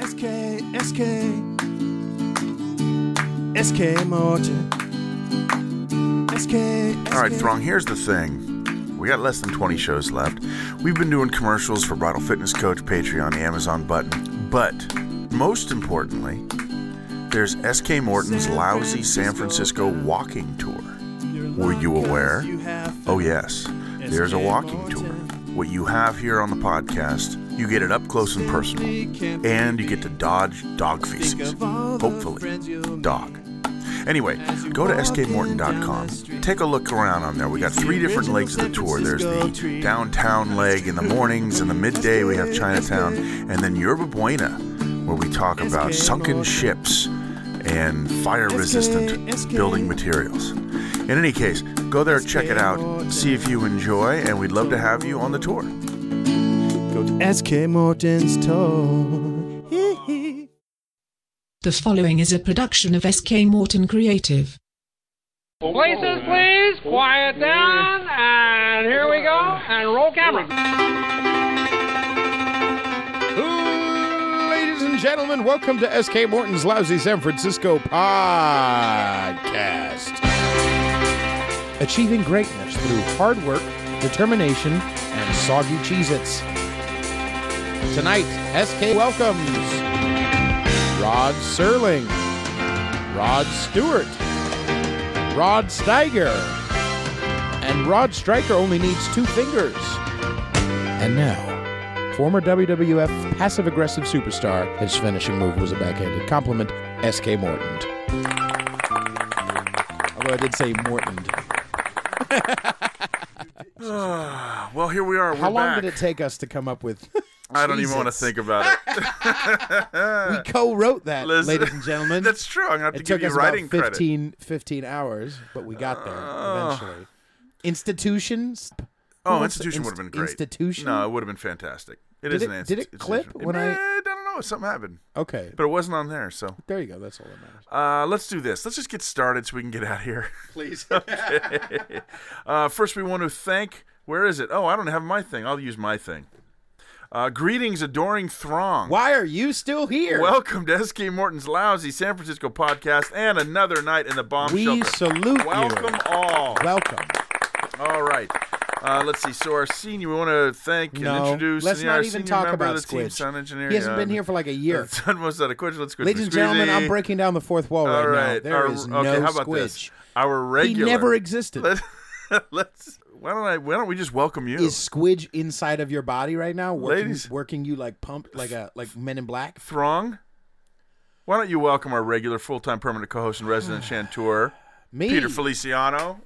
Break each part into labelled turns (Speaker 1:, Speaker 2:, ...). Speaker 1: SK, SK, SK Martin. SK, SK.
Speaker 2: All right, Throng, here's the thing. We got less than 20 shows left. We've been doing commercials for Bridal Fitness Coach, Patreon, the Amazon button. But most importantly, there's SK Morton's
Speaker 1: San
Speaker 2: lousy San Francisco
Speaker 1: Francisco
Speaker 2: walking tour.
Speaker 1: You're
Speaker 2: Were you
Speaker 1: lucky
Speaker 2: aware?
Speaker 1: you have
Speaker 2: Oh, yes. There's a walking tour. What you have here on the podcast, you get it up close and personal.
Speaker 1: simply can't
Speaker 2: And you get to dodge dog feces.
Speaker 1: of all the
Speaker 2: Hopefully,
Speaker 1: friends you'll meet.
Speaker 2: dog. Anyway, go to skmorton.com. Take a look around on there. We got three different legs of the tour. There's the downtown leg in the mornings, in the midday, we have Chinatown, and then Yerba Buena, where we talk about sunken ships and fire resistant building materials. In any case, go there, check it out, see if you enjoy, and we'd love to have you on the tour.
Speaker 1: Go to SK Morton's tour. Hee hee.
Speaker 3: The following is a production of SK Morton Creative.
Speaker 4: Places, please, quiet down, and here we go, and roll camera.
Speaker 5: Ladies and gentlemen, welcome to SK Morton's Lousy San Francisco podcast. Achieving greatness through hard work, determination, and soggy Cheez Its. Tonight, SK welcomes Rod Serling, Rod Stewart, Rod Steiger, and Rod Stryker only needs two fingers. And now, Former WWF passive aggressive superstar, his finishing move was a backhanded compliment. SK Morton. Although I did say Morton.
Speaker 2: Well, here we are. We're
Speaker 5: How long
Speaker 2: back.
Speaker 5: did it take us to come up with?
Speaker 2: I don't even want to
Speaker 5: Jesus.
Speaker 2: think about it.
Speaker 5: We co wrote that,
Speaker 2: Listen-
Speaker 5: ladies and gentlemen.
Speaker 2: That's true. I'm going to have to
Speaker 5: it
Speaker 2: give
Speaker 5: took
Speaker 2: you
Speaker 5: us
Speaker 2: writing
Speaker 5: about
Speaker 2: credit. Uh.
Speaker 5: 15, 15 hours, but we got there eventually. Institutions? Who
Speaker 2: Oh,
Speaker 5: wants to-
Speaker 2: institution would
Speaker 5: inst-
Speaker 2: have been great.
Speaker 5: Institution?
Speaker 2: No, it would have been fantastic. It
Speaker 5: Did
Speaker 2: is
Speaker 5: it-
Speaker 2: an inst-
Speaker 5: did it
Speaker 2: institution.
Speaker 5: clip when
Speaker 2: Eh,
Speaker 5: I-
Speaker 2: I don't know. Something happened,
Speaker 5: Okay.
Speaker 2: but it wasn't on there. So
Speaker 5: There you go. That's all that matters.
Speaker 2: uh, let's do this. Let's just get started so we can get out of here. Please. uh, first, we want to thank. Where is it? Oh, I don't have my thing. I'll use my thing. Uh, greetings, adoring throng.
Speaker 5: Why are you still here?
Speaker 2: Welcome to SK Morton's lousy San Francisco podcast and another night in the bomb
Speaker 5: we
Speaker 2: shelter.
Speaker 5: salute
Speaker 2: Welcome
Speaker 5: you.
Speaker 2: all.
Speaker 5: Welcome.
Speaker 2: All right. Uh, let's see. So our senior, we want to thank and
Speaker 5: No,
Speaker 2: introduce
Speaker 5: let's
Speaker 2: the-
Speaker 5: not
Speaker 2: our
Speaker 5: even
Speaker 2: senior
Speaker 5: talk
Speaker 2: member
Speaker 5: about
Speaker 2: of the team
Speaker 5: Squidge.
Speaker 2: sound engineer.
Speaker 5: He hasn't
Speaker 2: yeah.
Speaker 5: been here for like a year.
Speaker 2: Son was out of Quidge. Let's Quidge
Speaker 5: Ladies and
Speaker 2: Squidgy.
Speaker 5: gentlemen, I'm breaking down the fourth wall
Speaker 2: All
Speaker 5: right, now.
Speaker 2: right.
Speaker 5: There
Speaker 2: Our-
Speaker 5: is
Speaker 2: okay,
Speaker 5: no
Speaker 2: how about
Speaker 5: Squidge.
Speaker 2: this? Our regular.
Speaker 5: He never existed.
Speaker 2: Let, us Why don't I? Why don't we just welcome you?
Speaker 5: Is Squidge inside of your body right now, working,
Speaker 2: Ladies-
Speaker 5: working you like pumped, like a like Men in Black?
Speaker 2: Throng. Why don't you welcome our regular full-time permanent co-host and resident chanteur,
Speaker 5: Me,
Speaker 2: Peter Feliciano?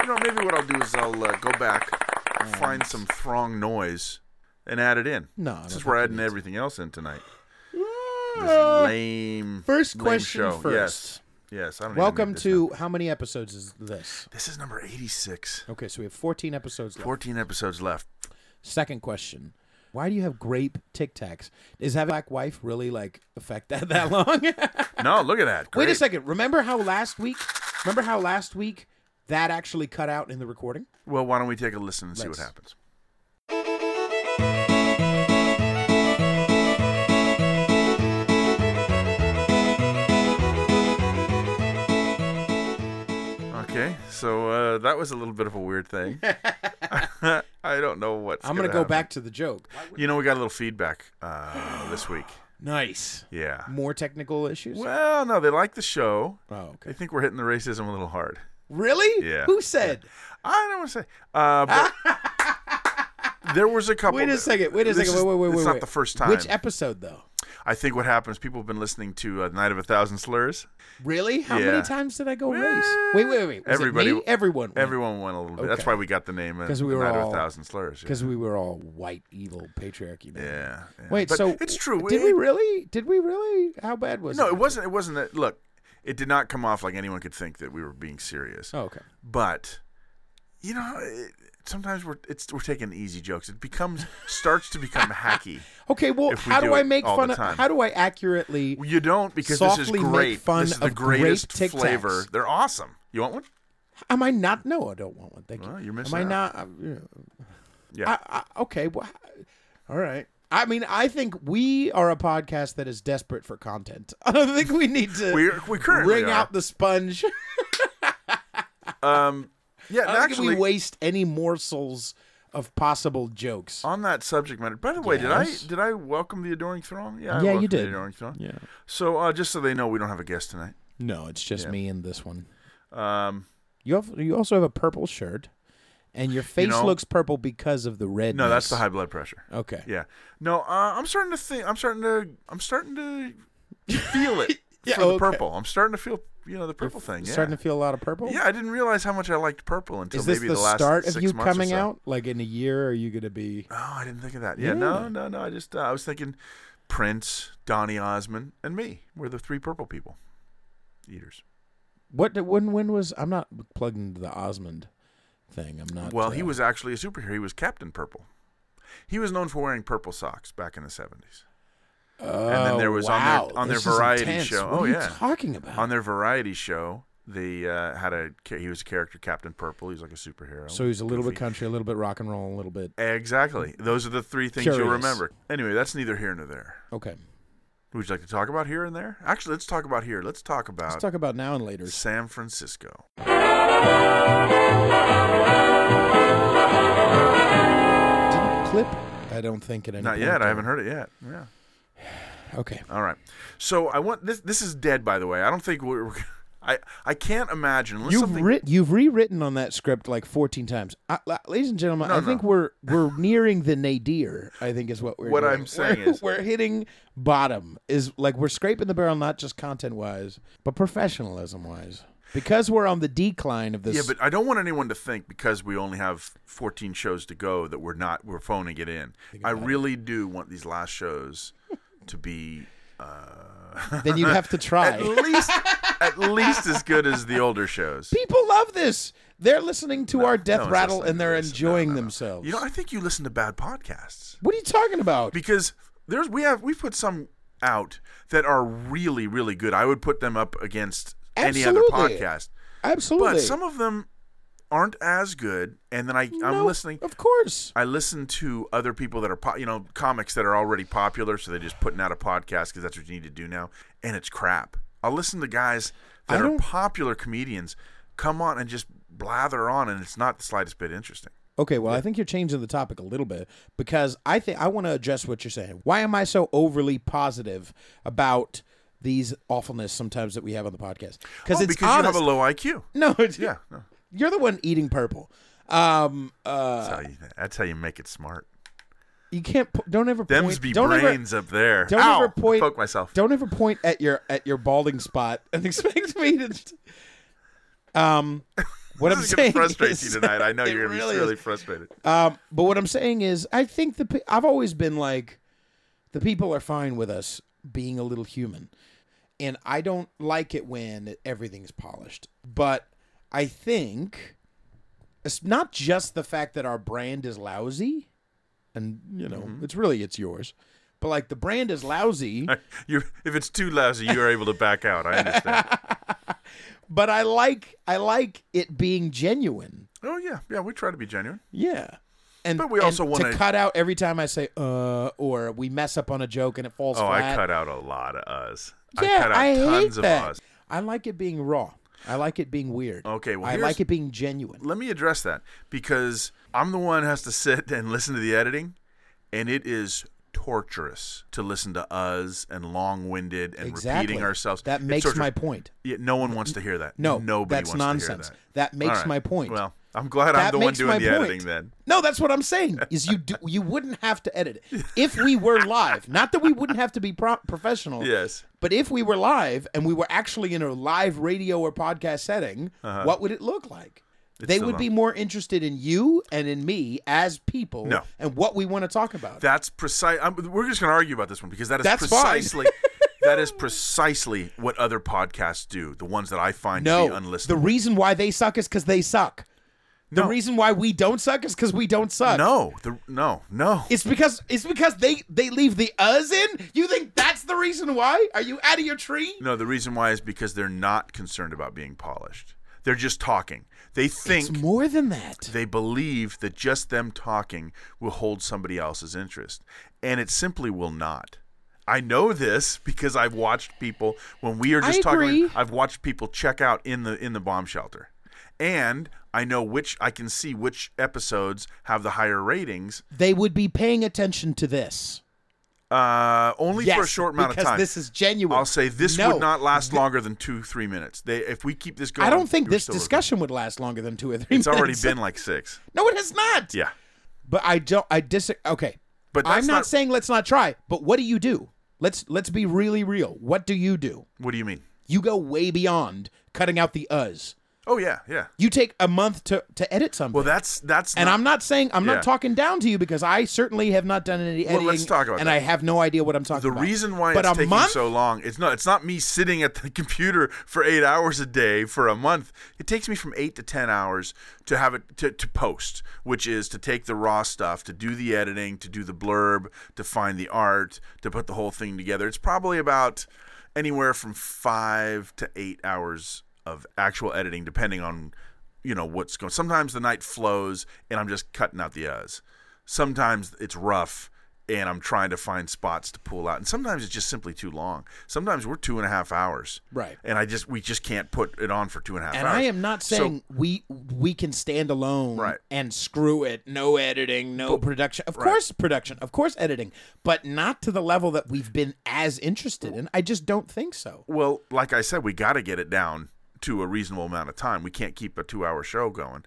Speaker 2: You know, maybe what I'll do is I'll uh, go back, find some Throng noise, and add it in.
Speaker 5: No, I don't
Speaker 2: since
Speaker 5: think
Speaker 2: we're
Speaker 5: we
Speaker 2: adding
Speaker 5: need to.
Speaker 2: everything else in tonight. This lame.
Speaker 5: First
Speaker 2: lame
Speaker 5: question
Speaker 2: show.
Speaker 5: first.
Speaker 2: Yes. Yes. I don't even
Speaker 5: Welcome
Speaker 2: need this
Speaker 5: to
Speaker 2: now.
Speaker 5: how many episodes is this?
Speaker 2: This is number 86.
Speaker 5: Okay, so we have 14 episodes left.
Speaker 2: 14 episodes left.
Speaker 5: Second question: Why do you have grape Tic Tacs? Does having a black wife really like affect that that long?
Speaker 2: No, look at that.
Speaker 5: Wait a
Speaker 2: Great.
Speaker 5: second. Remember how last week? Remember how last week that actually cut out in the recording?
Speaker 2: Well, why don't we take a listen and see what
Speaker 5: Let's.
Speaker 2: happens? Okay, so uh, that was a little bit of a weird thing. I don't know what's.
Speaker 5: I'm gonna
Speaker 2: gonna
Speaker 5: go
Speaker 2: happen.
Speaker 5: back to the joke.
Speaker 2: You know, we got a little feedback uh, this week.
Speaker 5: Nice.
Speaker 2: Yeah.
Speaker 5: More technical issues.
Speaker 2: Well, no, they like the show.
Speaker 5: Oh,
Speaker 2: They
Speaker 5: okay.
Speaker 2: think we're hitting the racism a little hard.
Speaker 5: Really?
Speaker 2: Yeah.
Speaker 5: Who said?
Speaker 2: I don't want to say. Uh, but there was a couple.
Speaker 5: Wait a second. Wait a
Speaker 2: This
Speaker 5: second.
Speaker 2: is-
Speaker 5: wait, wait, wait, wait.
Speaker 2: It's not
Speaker 5: wait.
Speaker 2: the first time.
Speaker 5: Which episode though?
Speaker 2: I think what happens, people have been listening to uh, Night of a Thousand Slurs.
Speaker 5: Really? How
Speaker 2: Yeah.
Speaker 5: many times did I go race? Wait, wait, wait. wait. Was
Speaker 2: everybody-
Speaker 5: It me? Everyone.
Speaker 2: Everyone went a little bit. That's
Speaker 5: Mm. Okay.
Speaker 2: why we got the name uh,
Speaker 5: 'Cause we were
Speaker 2: Night of
Speaker 5: all-
Speaker 2: a Thousand Slurs. Yeah.
Speaker 5: Because we were all white, evil patriarchy. Man.
Speaker 2: yeah, yeah.
Speaker 5: Wait.
Speaker 2: But
Speaker 5: so
Speaker 2: it's true.
Speaker 5: Did
Speaker 2: It-
Speaker 5: we really? Did we really? How bad was
Speaker 2: No,
Speaker 5: it?
Speaker 2: it wasn't. It wasn't that. Look, it did not come off like anyone could think that we were being serious.
Speaker 5: Oh, okay.
Speaker 2: But you know, it, sometimes we're it's we're taking easy jokes. It becomes starts to become hacky.
Speaker 5: Okay. Well,
Speaker 2: If we
Speaker 5: how
Speaker 2: do
Speaker 5: do I
Speaker 2: it
Speaker 5: make
Speaker 2: all
Speaker 5: fun
Speaker 2: the
Speaker 5: of?
Speaker 2: time.
Speaker 5: How do I accurately?
Speaker 2: Well, You don't because this is
Speaker 5: Softly make
Speaker 2: great.
Speaker 5: fun
Speaker 2: this is the
Speaker 5: of grape
Speaker 2: greatest
Speaker 5: Tic Tacs.
Speaker 2: flavor. They're awesome. You want one?
Speaker 5: Am I not? No, I don't want one. Thank
Speaker 2: Well,
Speaker 5: you.
Speaker 2: you're
Speaker 5: Am
Speaker 2: missing
Speaker 5: I
Speaker 2: out.
Speaker 5: not? I'm, you know,
Speaker 2: Yeah.
Speaker 5: I, I, okay. Well, all right. I mean, I think we are a podcast that is desperate for content. I don't think we need to
Speaker 2: We we currently
Speaker 5: wring
Speaker 2: are.
Speaker 5: out the sponge.
Speaker 2: Um, yeah,
Speaker 5: I
Speaker 2: and
Speaker 5: don't think
Speaker 2: actually,
Speaker 5: we waste any morsels of possible jokes.
Speaker 2: on that subject matter. By the way, did I
Speaker 5: Yes.
Speaker 2: did I welcome the adoring throng? Yeah, I
Speaker 5: Yeah, you
Speaker 2: welcomed
Speaker 5: did.
Speaker 2: The adoring throng.
Speaker 5: Yeah.
Speaker 2: So uh, just so they know, we don't have a guest tonight.
Speaker 5: No, it's just
Speaker 2: Yeah.
Speaker 5: me and this one.
Speaker 2: Um,
Speaker 5: You have, you also have a purple shirt, and your face
Speaker 2: know-
Speaker 5: looks purple because of the red.
Speaker 2: no, that's the high blood pressure.
Speaker 5: Okay.
Speaker 2: Yeah. No, uh, I'm starting to think. I'm starting to. I'm starting to feel it
Speaker 5: Yeah,
Speaker 2: for the
Speaker 5: okay.
Speaker 2: purple. I'm starting to feel you know the purple thing. Yeah.
Speaker 5: Starting to feel a lot of purple.
Speaker 2: yeah, I didn't realize how much I liked purple until
Speaker 5: Is this
Speaker 2: maybe
Speaker 5: the,
Speaker 2: the, last
Speaker 5: start of
Speaker 2: six
Speaker 5: you
Speaker 2: months or
Speaker 5: coming
Speaker 2: so.
Speaker 5: out? Like in a year, are you gonna be?
Speaker 2: Oh, I didn't think of that. Yeah, no,
Speaker 5: Yeah.
Speaker 2: no, no. I just uh, I was thinking Prince, Donny Osmond, and me. We're the three purple people eaters.
Speaker 5: What? did- When? When was? I'm not plugged into the Osmond thing. I'm not.
Speaker 2: Well, he
Speaker 5: uh,
Speaker 2: was actually a superhero. He was Captain Purple. He was known for wearing purple socks back in the seventies. and then there
Speaker 5: Oh,
Speaker 2: was
Speaker 5: wow,
Speaker 2: on their on their
Speaker 5: this is
Speaker 2: variety
Speaker 5: intense.
Speaker 2: show.
Speaker 5: What
Speaker 2: oh
Speaker 5: are you
Speaker 2: yeah,
Speaker 5: talking about?
Speaker 2: on their variety show, they uh, had a ca- he was a character Captain Purple. He was like a superhero.
Speaker 5: so he was a little bit
Speaker 2: Goofy.
Speaker 5: country, a little bit rock and roll, a little bit.
Speaker 2: Exactly. Those are the three things you'll
Speaker 5: Curious.
Speaker 2: remember. Anyway, that's neither here nor there.
Speaker 5: Okay,
Speaker 2: Would you like to talk about here and there? Actually, let's talk about here. Let's talk about
Speaker 5: let's talk about now and later.
Speaker 2: San Francisco.
Speaker 5: Didn't clip? I don't think at any.
Speaker 2: Not
Speaker 5: point
Speaker 2: yet. I
Speaker 5: there.
Speaker 2: haven't heard it yet. Yeah.
Speaker 5: Okay.
Speaker 2: All right. So I want this. This is dead, by the way. I don't think we're. we're I I can't imagine. Unless
Speaker 5: You've
Speaker 2: something,
Speaker 5: writ- you've rewritten on that script like 14 times. I, la- ladies and gentlemen,
Speaker 2: No,
Speaker 5: I
Speaker 2: no.
Speaker 5: think we're we're nearing the nadir, I think is what we're
Speaker 2: What
Speaker 5: doing.
Speaker 2: I'm saying
Speaker 5: we're,
Speaker 2: is-
Speaker 5: we're hitting bottom is like we're scraping the barrel not just content-wise, but professionalism-wise. Because we're on the decline of this
Speaker 2: Yeah, but I don't want anyone to think because we only have 14 shows to go that we're not we're phoning it in. I really do want these last shows to be uh,
Speaker 5: then you have to
Speaker 2: at
Speaker 5: try.
Speaker 2: least at least as good as the older shows.
Speaker 5: People love this. They're listening to our death
Speaker 2: No one's
Speaker 5: rattle
Speaker 2: listening
Speaker 5: and
Speaker 2: to
Speaker 5: they're
Speaker 2: this. No,
Speaker 5: enjoying
Speaker 2: no, no.
Speaker 5: themselves.
Speaker 2: You know, I think you listen to bad podcasts
Speaker 5: what are you talking about?
Speaker 2: because there's we have we put some out that are really really good. I would put them up against any other
Speaker 5: Absolutely.
Speaker 2: podcast.
Speaker 5: Absolutely.
Speaker 2: But some of them aren't as good. And then I, I'm
Speaker 5: No,
Speaker 2: listening.
Speaker 5: Of course.
Speaker 2: I listen to other people that are, po- you know, comics that are already popular. So they're just putting out a podcast because that's what you need to do now. And it's crap. I'll listen to guys
Speaker 5: I
Speaker 2: that are
Speaker 5: don't-
Speaker 2: popular comedians come on and just blather on, and it's not the slightest bit interesting.
Speaker 5: Okay, well, I think you're changing the topic a little bit because I think I want to address what you're saying. Why am I so overly positive about these awfulness sometimes that we have on the podcast?
Speaker 2: Oh,
Speaker 5: it's
Speaker 2: because you have
Speaker 5: honest.
Speaker 2: a low IQ.
Speaker 5: no, it's,
Speaker 2: Yeah, no,
Speaker 5: you're the one eating purple. Um, uh,
Speaker 2: that's, how you, that's how you make it smart.
Speaker 5: you can't. Po- don't ever.
Speaker 2: Them's
Speaker 5: point,
Speaker 2: be
Speaker 5: don't ever-
Speaker 2: brains up there.
Speaker 5: don't
Speaker 2: Ow!
Speaker 5: ever point.
Speaker 2: Poke myself.
Speaker 5: Don't ever point at your at your balding spot and expect me to. Um, what I'm
Speaker 2: This is gonna
Speaker 5: saying
Speaker 2: frustrate
Speaker 5: is-
Speaker 2: you tonight. I know
Speaker 5: it
Speaker 2: you're gonna
Speaker 5: really
Speaker 2: be
Speaker 5: is.
Speaker 2: really frustrated.
Speaker 5: Um, but what I'm saying is, I think the pe- I've always been like, the people are fine with us being a little human, and I don't like it when everything's polished. But I think it's not just the fact that our brand is lousy, and you know,
Speaker 2: Mm-hmm.
Speaker 5: it's really it's yours. But like the brand is lousy,
Speaker 2: You're, if it's too lousy, you are able to back out. I understand.
Speaker 5: but I like I like it being genuine.
Speaker 2: oh yeah, yeah. We try to be genuine.
Speaker 5: Yeah. And,
Speaker 2: But we
Speaker 5: and
Speaker 2: also wanna-
Speaker 5: to cut out every time I say uh or we mess up on a joke and it falls
Speaker 2: Oh,
Speaker 5: flat.
Speaker 2: I cut out a lot of us.
Speaker 5: yeah,
Speaker 2: I cut out
Speaker 5: I
Speaker 2: tons
Speaker 5: hate
Speaker 2: of
Speaker 5: that.
Speaker 2: us.
Speaker 5: I like it being raw. I like it being weird.
Speaker 2: Okay, well,
Speaker 5: I
Speaker 2: here's-
Speaker 5: like it being genuine.
Speaker 2: Let me address that because I'm the one who has to sit and listen to the editing, and it is torturous to listen to us and long-winded and
Speaker 5: exactly.
Speaker 2: repeating ourselves.
Speaker 5: That
Speaker 2: It's
Speaker 5: makes
Speaker 2: torturous.
Speaker 5: my point.
Speaker 2: Yeah, no one wants to hear that.
Speaker 5: No,
Speaker 2: nobody
Speaker 5: that's
Speaker 2: wants
Speaker 5: nonsense.
Speaker 2: to hear that.
Speaker 5: That makes
Speaker 2: All right.
Speaker 5: my point.
Speaker 2: Well, I'm glad I'm
Speaker 5: that
Speaker 2: the one
Speaker 5: makes
Speaker 2: doing
Speaker 5: my
Speaker 2: the
Speaker 5: point.
Speaker 2: editing then.
Speaker 5: No, that's what I'm saying. Is you do you wouldn't have to edit it if we were live. Not that we wouldn't have to be pro- professional.
Speaker 2: Yes.
Speaker 5: But if we were live and we were actually in a live radio or podcast setting,
Speaker 2: Uh-huh.
Speaker 5: what would it look like? they
Speaker 2: still
Speaker 5: would
Speaker 2: not-
Speaker 5: be more interested in you and in me as people
Speaker 2: No.
Speaker 5: and what we want to talk about.
Speaker 2: That's precise. I'm, we're just going to argue about this one because that is
Speaker 5: That's fine.
Speaker 2: precisely that is precisely what other podcasts do. The ones that I find
Speaker 5: no,
Speaker 2: to be unlistenable.
Speaker 5: the reason why they suck is because they suck. The
Speaker 2: No.
Speaker 5: reason why we don't suck is because we don't suck.
Speaker 2: no, the, no, no.
Speaker 5: It's because it's because they they leave the us in. You think that's the reason why? Are you out of your tree?
Speaker 2: No, the reason why is because they're not concerned about being polished. They're just talking. They think
Speaker 5: It's more than that.
Speaker 2: they believe that just them talking will hold somebody else's interest, and it simply will not. I know this because I've watched people when we are just
Speaker 5: I
Speaker 2: talking.
Speaker 5: agree.
Speaker 2: I've watched people check out in the in the bomb shelter, and I know which I can see which episodes have the higher ratings.
Speaker 5: They would be paying attention to this.
Speaker 2: Uh, only for a
Speaker 5: Yes,
Speaker 2: short amount of
Speaker 5: because
Speaker 2: time.
Speaker 5: this is genuine.
Speaker 2: I'll say this
Speaker 5: No.
Speaker 2: would not last longer than two three minutes. They if we keep this going,
Speaker 5: I don't think
Speaker 2: we're
Speaker 5: this
Speaker 2: still okay.
Speaker 5: discussion would last longer than two or three
Speaker 2: It's
Speaker 5: minutes.
Speaker 2: already been like six.
Speaker 5: No, it has not.
Speaker 2: Yeah,
Speaker 5: But I don't. I dis. Okay.
Speaker 2: but that's
Speaker 5: I'm not, saying let's not try. But what do you do? Let's let's be really real. What do you do?
Speaker 2: What do you mean?
Speaker 5: You go way beyond cutting out the uhs.
Speaker 2: Oh yeah, yeah.
Speaker 5: You take a month to to edit something.
Speaker 2: Well, that's that's
Speaker 5: and
Speaker 2: not-
Speaker 5: I'm not saying I'm
Speaker 2: Yeah.
Speaker 5: not talking down to you because I certainly have not done any
Speaker 2: Well,
Speaker 5: editing.
Speaker 2: let's talk about
Speaker 5: And
Speaker 2: that.
Speaker 5: I have no idea what I'm talking
Speaker 2: the
Speaker 5: about.
Speaker 2: reason why
Speaker 5: but
Speaker 2: it's
Speaker 5: a
Speaker 2: taking
Speaker 5: month,
Speaker 2: so long. It's not it's not me sitting at the computer for eight hours a day for a month. It takes me from eight to ten hours to have it to, to post, which is to take the raw stuff, to do the editing, to do the blurb, to find the art, to put the whole thing together. It's probably about anywhere from five to eight hours of actual editing, depending on you know what's going. Sometimes the night flows and I'm just cutting out the uhs. Sometimes it's rough and I'm trying to find spots to pull out. And sometimes it's just simply too long. Sometimes we're two and a half hours.
Speaker 5: Right.
Speaker 2: And I just we just can't put it on for two and a half
Speaker 5: And
Speaker 2: hours.
Speaker 5: I am not
Speaker 2: So-
Speaker 5: saying we we can stand alone
Speaker 2: Right.
Speaker 5: and screw it. No editing, no production. Of course, production. Of course, editing. But not to the level that we've been as interested in. I just don't think so.
Speaker 2: well, like I said, we gotta get it down to a reasonable amount of time. We can't keep a two hour show going.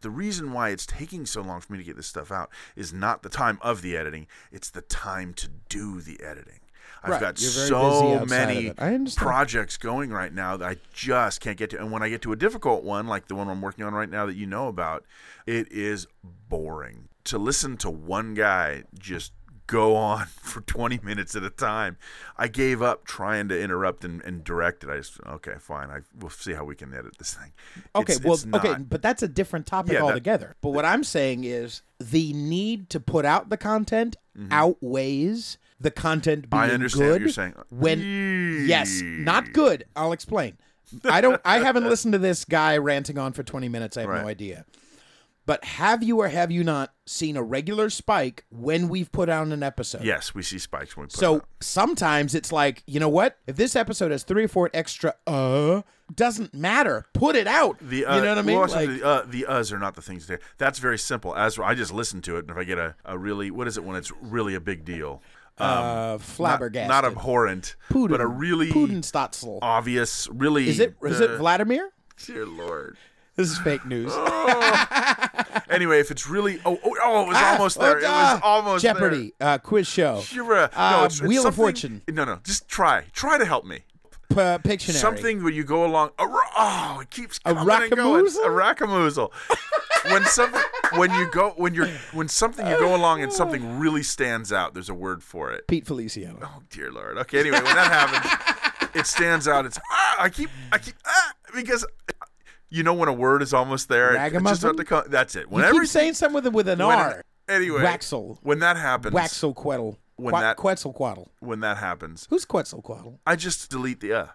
Speaker 2: The reason why it's taking so long for me to get this stuff out is not the time of the editing, it's the time to do the editing. I've
Speaker 5: Right,
Speaker 2: got
Speaker 5: you're very busy outside
Speaker 2: so
Speaker 5: of
Speaker 2: many
Speaker 5: it. I understand.
Speaker 2: projects going right now that I just can't get to. And when I get to a difficult one, like the one I'm working on right now that you know about, it is boring to listen to one guy just go on for 20 minutes at a time. I gave up trying to interrupt and, and direct it. I just, okay, fine. I, we'll see how we can edit this thing.
Speaker 5: Okay,
Speaker 2: It's-
Speaker 5: well,
Speaker 2: it's not-
Speaker 5: okay, but that's a different topic
Speaker 2: Yeah, that-
Speaker 5: altogether. but what I'm saying is the need to put out the content outweighs the content being
Speaker 2: Mm-hmm. I understand what
Speaker 5: good
Speaker 2: you're saying.
Speaker 5: When yes, not good. I'll explain. I don't. I haven't listened to this guy ranting on for 20 minutes. I have
Speaker 2: Right.
Speaker 5: no idea. But have you or have you not seen a regular spike when we've put out an episode?
Speaker 2: Yes, we see spikes when we put it
Speaker 5: So
Speaker 2: out.
Speaker 5: sometimes it's like, you know what? If this episode has three or four extra uh, doesn't matter. Put it out.
Speaker 2: The, uh,
Speaker 5: you know what I mean?
Speaker 2: well, also
Speaker 5: Like-
Speaker 2: the, uh, the uhs are not the things there. That's very simple. As I just listen to it, and if I get a, a really what is it when it's really a big deal, um,
Speaker 5: uh, flabbergasted.
Speaker 2: not abhorrent,
Speaker 5: Puden,
Speaker 2: but a really
Speaker 5: Pudenstotzel.
Speaker 2: obvious, really
Speaker 5: is it is it
Speaker 2: uh,
Speaker 5: Vladimir?
Speaker 2: Dear Lord.
Speaker 5: This is fake news.
Speaker 2: Anyway, if it's really oh oh, oh it was
Speaker 5: Ah,
Speaker 2: almost there.
Speaker 5: oh,
Speaker 2: It was
Speaker 5: ah,
Speaker 2: almost there.
Speaker 5: Jeopardy uh, quiz show.
Speaker 2: You're a-
Speaker 5: Uh,
Speaker 2: no, it's, it's
Speaker 5: Wheel of
Speaker 2: something-
Speaker 5: Fortune.
Speaker 2: No, no, just try. Try to help me.
Speaker 5: P- Pictionary.
Speaker 2: Something where you go along. a ro- Oh, it keeps coming and going.
Speaker 5: Arackamoozle?
Speaker 2: Arackamoozle. when something, when you go, when you're, when something you go along and something really stands out. There's a word for it.
Speaker 5: Pete Felicio.
Speaker 2: Oh dear lord. Okay. Anyway, when that happens, it stands out. It's ah, I keep, I keep ah, because you know when a word is almost there, it- it's just about
Speaker 5: Ragamuffin?
Speaker 2: to come. That's it.
Speaker 5: You
Speaker 2: Whenever
Speaker 5: keep saying something with, with an
Speaker 2: when-
Speaker 5: R.
Speaker 2: anyway,
Speaker 5: Waxel.
Speaker 2: When that happens,
Speaker 5: Waxelquettle.
Speaker 2: When
Speaker 5: Qua-
Speaker 2: that-
Speaker 5: Quetzalcoatl.
Speaker 2: When that happens,
Speaker 5: Who's Quetzalcoatl?
Speaker 2: I just delete the uh.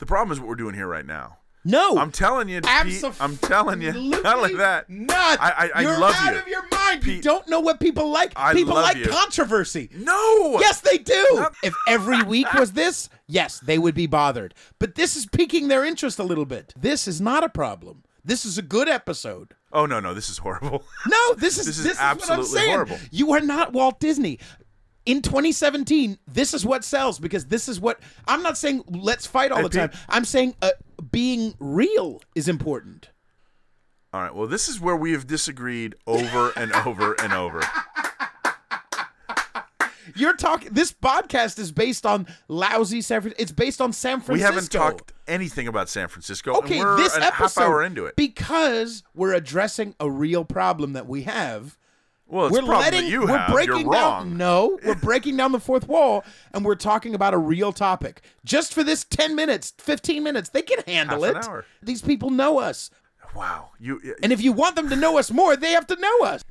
Speaker 2: The problem is what we're doing here right now.
Speaker 5: No.
Speaker 2: I'm telling you, Pete,
Speaker 5: Absolutely.
Speaker 2: I'm telling you, not like that.
Speaker 5: Not.
Speaker 2: I, I, I
Speaker 5: You're
Speaker 2: love
Speaker 5: out
Speaker 2: you.
Speaker 5: of your mind. You
Speaker 2: Pete.
Speaker 5: don't know what people like.
Speaker 2: I
Speaker 5: people
Speaker 2: love
Speaker 5: like
Speaker 2: you.
Speaker 5: controversy.
Speaker 2: No.
Speaker 5: Yes, they do.
Speaker 2: Not-
Speaker 5: If every week was this, yes, they would be bothered. But this is piquing their interest a little bit. This is not a problem. This is a good episode.
Speaker 2: Oh no, no, this is horrible.
Speaker 5: No, this is
Speaker 2: This
Speaker 5: this
Speaker 2: is
Speaker 5: is,
Speaker 2: absolutely
Speaker 5: what I'm saying.
Speaker 2: horrible.
Speaker 5: You are not Walt Disney. In 2017, this is what sells because this is what I'm not saying. Let's fight all
Speaker 2: Hey,
Speaker 5: the
Speaker 2: Pete.
Speaker 5: time. I'm saying uh, being real is important.
Speaker 2: All right. Well, this is where we have disagreed over and over and over.
Speaker 5: You're talking. This podcast is based on lousy San. Fran- It's based on San Francisco.
Speaker 2: We haven't talked anything about San Francisco.
Speaker 5: Okay,
Speaker 2: and we're
Speaker 5: this
Speaker 2: a
Speaker 5: episode
Speaker 2: half hour into it.
Speaker 5: because we're addressing a real problem that we have.
Speaker 2: well, it's a
Speaker 5: we're
Speaker 2: problem
Speaker 5: letting
Speaker 2: that you
Speaker 5: we're
Speaker 2: have.
Speaker 5: breaking
Speaker 2: You're
Speaker 5: down.
Speaker 2: wrong.
Speaker 5: No, we're breaking down the fourth wall, and we're talking about a real topic. Just for this ten minutes, fifteen minutes, they can handle
Speaker 2: Half an
Speaker 5: it.
Speaker 2: hour.
Speaker 5: These people know us,
Speaker 2: Wow. You.
Speaker 5: and if you want them to know us more, they have to know us.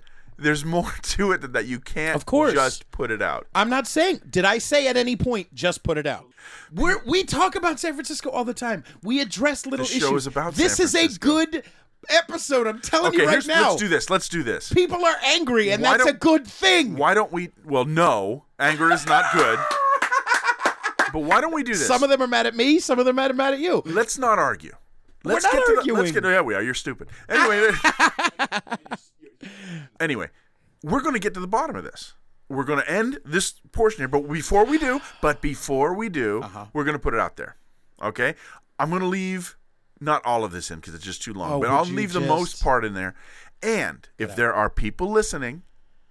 Speaker 2: There's more to it than that. You can't
Speaker 5: Of course.
Speaker 2: just put it out.
Speaker 5: I'm not saying. Did I say at any point just put it out? We're, we talk about San Francisco all the time. We address little
Speaker 2: This
Speaker 5: issues.
Speaker 2: show is about
Speaker 5: this
Speaker 2: San
Speaker 5: is a
Speaker 2: Francisco.
Speaker 5: good episode. I'm telling
Speaker 2: Okay,
Speaker 5: you right
Speaker 2: here's,
Speaker 5: now.
Speaker 2: let's do this. Let's do this.
Speaker 5: People are angry, and
Speaker 2: Why
Speaker 5: that's a
Speaker 2: don't-
Speaker 5: good thing.
Speaker 2: Why don't we? Well, no, anger is not good. but why don't we do this?
Speaker 5: Some of them are mad at me. Some of them are mad at you.
Speaker 2: Let's not argue.
Speaker 5: We're
Speaker 2: Let's
Speaker 5: not
Speaker 2: get to The, let's
Speaker 5: arguing.
Speaker 2: get yeah, we are. You're stupid. Anyway. anyway, we're going to get to the bottom of this. We're going to end this portion here, but before we do, but before we do,
Speaker 5: Uh-huh.
Speaker 2: we're going to put it out there. Okay? I'm going to leave not all of this in because it's just too long,
Speaker 5: Oh,
Speaker 2: but
Speaker 5: would
Speaker 2: I'll
Speaker 5: you
Speaker 2: leave the
Speaker 5: just-
Speaker 2: most part in there. And if there are people listening,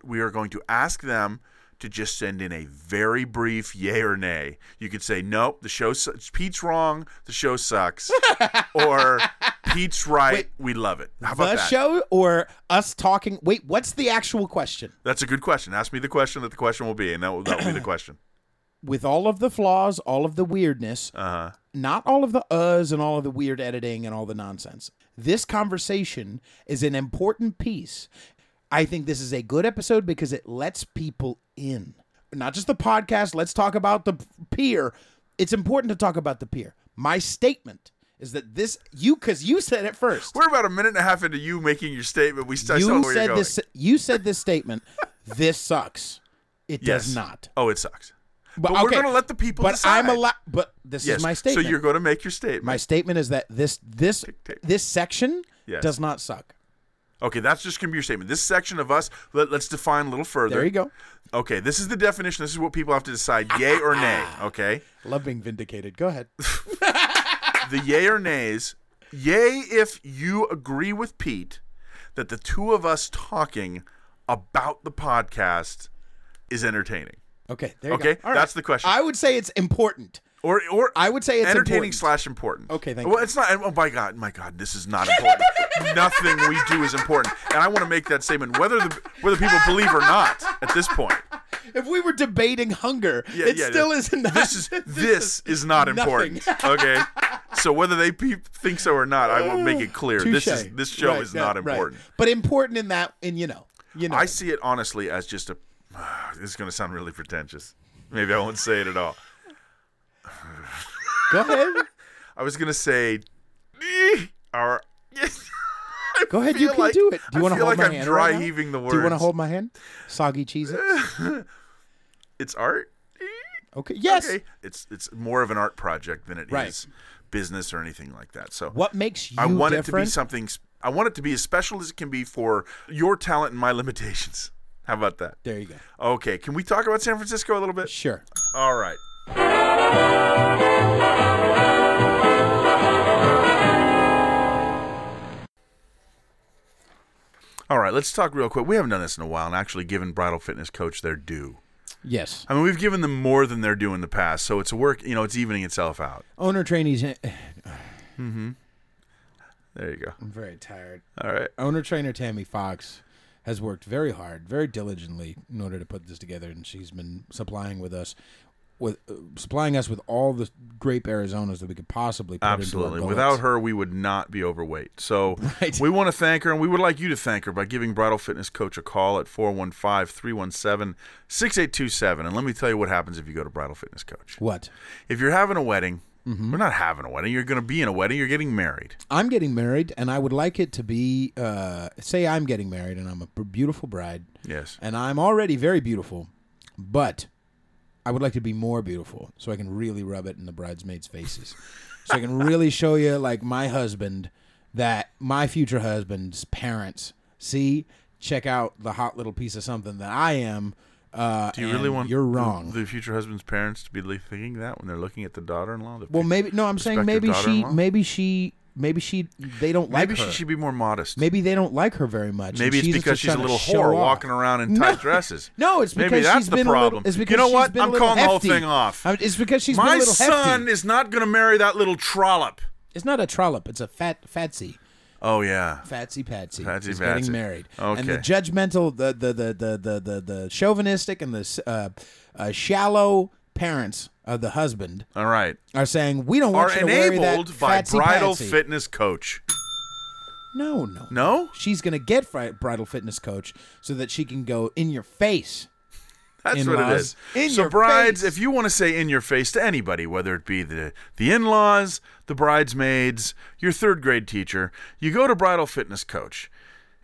Speaker 2: we are going to ask them to just send in a very brief yay or nay. You could say, nope, the show sucks. Pete's wrong. The show sucks. or Pete's right. we love it. How about
Speaker 5: the
Speaker 2: that?
Speaker 5: show or us talking? Wait, what's the actual question?
Speaker 2: That's a good question. Ask me the question that the question will be, and that will, that will be the question.
Speaker 5: With all of the flaws, all of the weirdness, uh-huh. not all of the uhs and all of the weird editing and all the nonsense. This conversation is an important piece. I think this is a good episode because it lets people in. Not just the podcast, let's talk about the peer. It's important to talk about the peer. My statement is that this you cuz you said it first.
Speaker 2: We're about a minute and a half into you making your statement. We st- saw
Speaker 5: you
Speaker 2: where
Speaker 5: said
Speaker 2: you're
Speaker 5: this.
Speaker 2: going.
Speaker 5: You said this statement. this sucks. It
Speaker 2: Yes.
Speaker 5: does not.
Speaker 2: Oh, it sucks. But, we're
Speaker 5: okay,
Speaker 2: going to let the people
Speaker 5: But
Speaker 2: decide.
Speaker 5: I'm allowed. But this
Speaker 2: Yes.
Speaker 5: is my statement.
Speaker 2: So you're going to make your statement.
Speaker 5: my statement is that this this
Speaker 2: tape.
Speaker 5: this section
Speaker 2: Yes.
Speaker 5: does not suck.
Speaker 2: okay, that's just going to be your statement. This section of us, let, let's define a little further.
Speaker 5: There you go.
Speaker 2: Okay, this is the definition. This is what people have to decide, yay or nay. Okay,
Speaker 5: Love being vindicated. Go ahead.
Speaker 2: the yay or nays. Yay if you agree with Pete that the two of us talking about the podcast is entertaining,
Speaker 5: Okay. There you
Speaker 2: Okay,
Speaker 5: go. All right.
Speaker 2: that's the question.
Speaker 5: I would say it's important.
Speaker 2: or or
Speaker 5: I would say it's
Speaker 2: entertaining
Speaker 5: important.
Speaker 2: slash important.
Speaker 5: Okay, thank
Speaker 2: well,
Speaker 5: you.
Speaker 2: it's not. Oh my god, my god, this is not important. Nothing we do is important, and I want to make that statement whether the whether people believe or not at this point.
Speaker 5: If we were debating hunger,
Speaker 2: Yeah,
Speaker 5: it
Speaker 2: yeah,
Speaker 5: still
Speaker 2: yeah.
Speaker 5: isn't.
Speaker 2: This is this is not important. okay. So whether they pe- think so or not, I will make it clear. This is this show is not important.
Speaker 5: But important in that, and you know, you know,
Speaker 2: I see it honestly as just a. this is going to sound really pretentious. Maybe I won't say it at all.
Speaker 5: go ahead.
Speaker 2: I was going to say, "Eh," or I
Speaker 5: Go ahead, you
Speaker 2: feel
Speaker 5: can
Speaker 2: like-
Speaker 5: do it. Do you want
Speaker 2: I
Speaker 5: to
Speaker 2: feel like
Speaker 5: hold my
Speaker 2: I'm
Speaker 5: hand?
Speaker 2: dry
Speaker 5: right now?
Speaker 2: heaving the
Speaker 5: Do you want to
Speaker 2: words.
Speaker 5: hold my hand? Soggy cheese.
Speaker 2: It's art.
Speaker 5: Okay. Yes.
Speaker 2: Okay. It's it's more of an art project than it is
Speaker 5: Right.
Speaker 2: business or anything like that. So
Speaker 5: What makes you
Speaker 2: I want it to be
Speaker 5: different?
Speaker 2: something. s- I want it to be as special as it can be for your talent and my limitations. How about that?
Speaker 5: There you go.
Speaker 2: Okay, can we talk about San Francisco a little bit?
Speaker 5: Sure.
Speaker 2: All right. All right, let's talk real quick. We haven't done this in a while and actually given Bridal Fitness Coach their due.
Speaker 5: Yes.
Speaker 2: I mean, we've given them more than they're due in the past, so it's a work, you know, it's evening itself out.
Speaker 5: Owner trainees. eh, I'm
Speaker 2: There you go.
Speaker 5: very tired.
Speaker 2: All right.
Speaker 5: Owner trainer Tammy Fox has worked very hard, very diligently in order to put this together, and she's been supplying with us. With uh, supplying us with all the grape Arizonas that we could possibly put
Speaker 2: Absolutely.
Speaker 5: into our
Speaker 2: Without
Speaker 5: bullets.
Speaker 2: her, we would not be overweight. So
Speaker 5: Right.
Speaker 2: we want to thank her, and we would like you to thank her by giving Bridal Fitness Coach a call at 415 317 6827. And let me tell you what happens if you go to Bridal Fitness Coach.
Speaker 5: what
Speaker 2: If you're having a wedding,
Speaker 5: Mm-hmm.
Speaker 2: we're not having a wedding, you're going to be in a wedding, you're getting married.
Speaker 5: I'm getting married, and I would like it to be uh, say I'm getting married, and I'm a b- beautiful bride,
Speaker 2: Yes.
Speaker 5: and I'm already very beautiful, but I would like to be more beautiful so I can really rub it in the bridesmaids' faces, so I can really show you like my husband that my future husband's parents see check out the hot little piece of something that I am. Uh,
Speaker 2: Do you really
Speaker 5: and
Speaker 2: want
Speaker 5: You're
Speaker 2: the-
Speaker 5: wrong.
Speaker 2: The, future husband's parents to be li- thinking that when they're looking at the daughter in law?
Speaker 5: well, maybe no. I'm saying
Speaker 2: prospective
Speaker 5: maybe she,
Speaker 2: daughter-in-law?
Speaker 5: maybe she, maybe she. They don't like
Speaker 2: maybe
Speaker 5: her.
Speaker 2: she should be more modest.
Speaker 5: Maybe they don't like her very much. and
Speaker 2: Maybe it's
Speaker 5: just
Speaker 2: because she's a
Speaker 5: trying to
Speaker 2: little
Speaker 5: show
Speaker 2: whore
Speaker 5: off.
Speaker 2: walking around in tight dresses.
Speaker 5: No, it's
Speaker 2: Maybe
Speaker 5: because
Speaker 2: that's
Speaker 5: she's
Speaker 2: the
Speaker 5: been a
Speaker 2: problem.
Speaker 5: little. It's because
Speaker 2: you know
Speaker 5: she's
Speaker 2: what?
Speaker 5: been a
Speaker 2: I'm
Speaker 5: little
Speaker 2: calling the whole
Speaker 5: hefty.
Speaker 2: thing off.
Speaker 5: I mean, it's because she's been a
Speaker 2: My
Speaker 5: little
Speaker 2: son
Speaker 5: hefty.
Speaker 2: is not going to marry that little trollop.
Speaker 5: It's not a trollop. It's a fat fatsy,
Speaker 2: Oh yeah.
Speaker 5: fatsy patsy.
Speaker 2: Fatsy
Speaker 5: is
Speaker 2: patsy.
Speaker 5: getting married. And the
Speaker 2: Okay.
Speaker 5: judgmental, the the the the the the, the chauvinistic and the uh, uh, shallow parents of the husband
Speaker 2: All right.
Speaker 5: are saying we don't
Speaker 2: Are
Speaker 5: want you to wear that
Speaker 2: enabled by
Speaker 5: fatsy
Speaker 2: bridal
Speaker 5: patsy.
Speaker 2: fitness coach.
Speaker 5: No, no.
Speaker 2: No?
Speaker 5: She's going to get fri- bridal fitness coach so that she can go in your face.
Speaker 2: That's what it
Speaker 5: In-laws.
Speaker 2: is.
Speaker 5: In
Speaker 2: so
Speaker 5: your
Speaker 2: brides,
Speaker 5: face.
Speaker 2: if you want to say in your face to anybody, whether it be the the in-laws, the bridesmaids, your third grade teacher, you go to bridal fitness coach.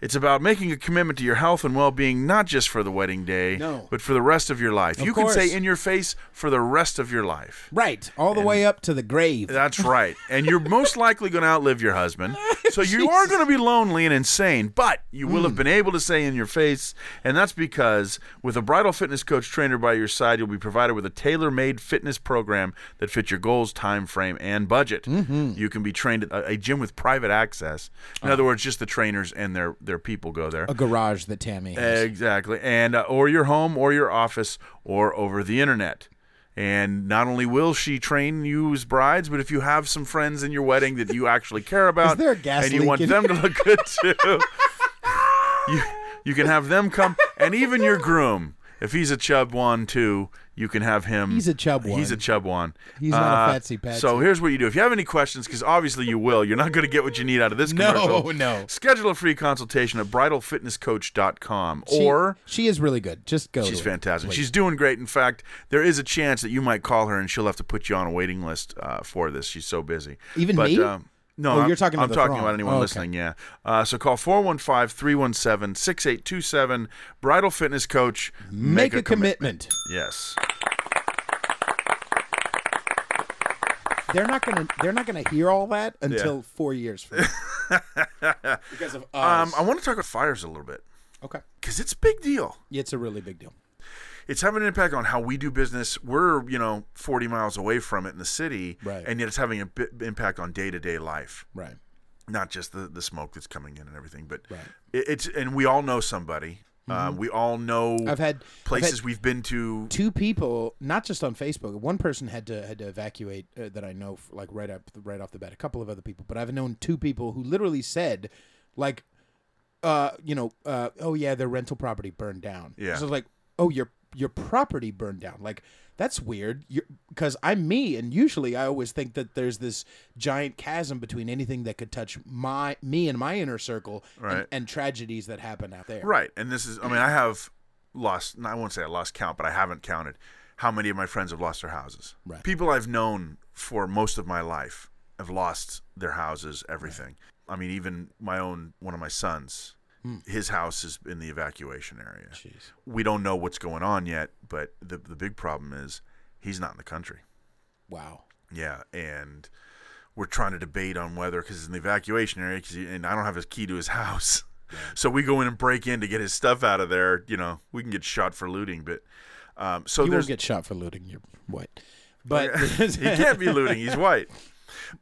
Speaker 2: It's about making a commitment to your health and well-being, not just for the wedding day,
Speaker 5: No.
Speaker 2: but for the rest of your life.
Speaker 5: Of
Speaker 2: you
Speaker 5: course.
Speaker 2: can say in your face for the rest of your life.
Speaker 5: Right. All the way up to the grave.
Speaker 2: That's right. And you're most likely going to outlive your husband. So you are going to be lonely and insane, but you will have been able to say in your face. And that's because with a bridal fitness coach trainer by your side, you'll be provided with a tailor made fitness program that fits your goals, time frame, and budget. You can be trained at a- a gym with private access. In other words, just the trainers and their, their people go there.
Speaker 5: a garage that Tammy has.
Speaker 2: Exactly. And uh, or your home or your office or over the internet. And not only will she train you as brides, but if you have some friends in your wedding that you actually care about
Speaker 5: there a gas
Speaker 2: and you
Speaker 5: leak
Speaker 2: want
Speaker 5: in
Speaker 2: them to look good too, you, you can have them come and even your groom. If he's a chub one too, you can have him.
Speaker 5: He's a chub
Speaker 2: He's a
Speaker 5: one.
Speaker 2: chub one. Uh,
Speaker 5: He's not a fancy patsy.
Speaker 2: So here's what you do. If you have any questions, because obviously you will, you're not going to get what you need out of this
Speaker 5: No,
Speaker 2: commercial.
Speaker 5: no.
Speaker 2: Schedule a free consultation at bridalfitnesscoach.com
Speaker 5: She-
Speaker 2: or
Speaker 5: she is really good. Just go.
Speaker 2: she's
Speaker 5: to her.
Speaker 2: fantastic.
Speaker 5: Please.
Speaker 2: She's doing great. In fact, there is a chance that you might call her and she'll have to put you on a waiting list uh, for this. She's so busy.
Speaker 5: Even
Speaker 2: but,
Speaker 5: me?
Speaker 2: Um, no,
Speaker 5: Oh,
Speaker 2: I'm,
Speaker 5: you're talking to
Speaker 2: I'm
Speaker 5: the
Speaker 2: talking
Speaker 5: throng.
Speaker 2: about anyone
Speaker 5: Oh, okay.
Speaker 2: listening, yeah. Uh, so call 415 317 6827, Bridal Fitness Coach.
Speaker 5: make, a,
Speaker 2: commi-
Speaker 5: commitment.
Speaker 2: Yes.
Speaker 5: They're not gonna. They're not gonna hear all that until four years from now. because of us.
Speaker 2: Um, I want to talk about fires a little bit
Speaker 5: okay,
Speaker 2: because it's a big deal.
Speaker 5: it's a really big deal.
Speaker 2: it's having an impact on how we do business. We're you know 40 miles away from it in the city,
Speaker 5: Right.
Speaker 2: and yet it's having a bi impact on day to day life,
Speaker 5: Right.
Speaker 2: not just the the smoke that's coming in and everything, but
Speaker 5: Right. Mm-hmm.
Speaker 2: it, it's and we all know somebody. Uh, we all know
Speaker 5: I've had- I've had-
Speaker 2: places we've been to.
Speaker 5: Two people, not just on Facebook. One person had to had to evacuate uh, that I know, f- like right up right off the bat. A couple of other people, but I've known two people who literally said, like, uh, you know, uh, oh yeah, their rental property burned down.
Speaker 2: Yeah.
Speaker 5: So it's like, oh your your property burned down. Like that's weird. Because I'm me, and usually I always think that there's this giant chasm between anything that could touch my me and my inner circle,
Speaker 2: Right.
Speaker 5: and, and tragedies that happen out there.
Speaker 2: Right, and this is I mean I have lost. I won't say I lost count, but I haven't counted how many of my friends have lost their houses.
Speaker 5: Right.
Speaker 2: People I've known for most of my life have lost their houses, everything. I mean, even my own one of my sons, his house is in the evacuation area.
Speaker 5: Hmm. Jeez.
Speaker 2: We don't know what's going on yet, but the the big problem is he's not in the country.
Speaker 5: Wow.
Speaker 2: Yeah, and we're trying to debate on whether because it's in the evacuation area, 'cause he, and I don't have his key to his house, so we go in and break in to get his stuff out of there. You know, we can get shot for looting, but um, so
Speaker 5: you
Speaker 2: there's
Speaker 5: won't get shot for looting your what, but
Speaker 2: he can't be looting. He's white.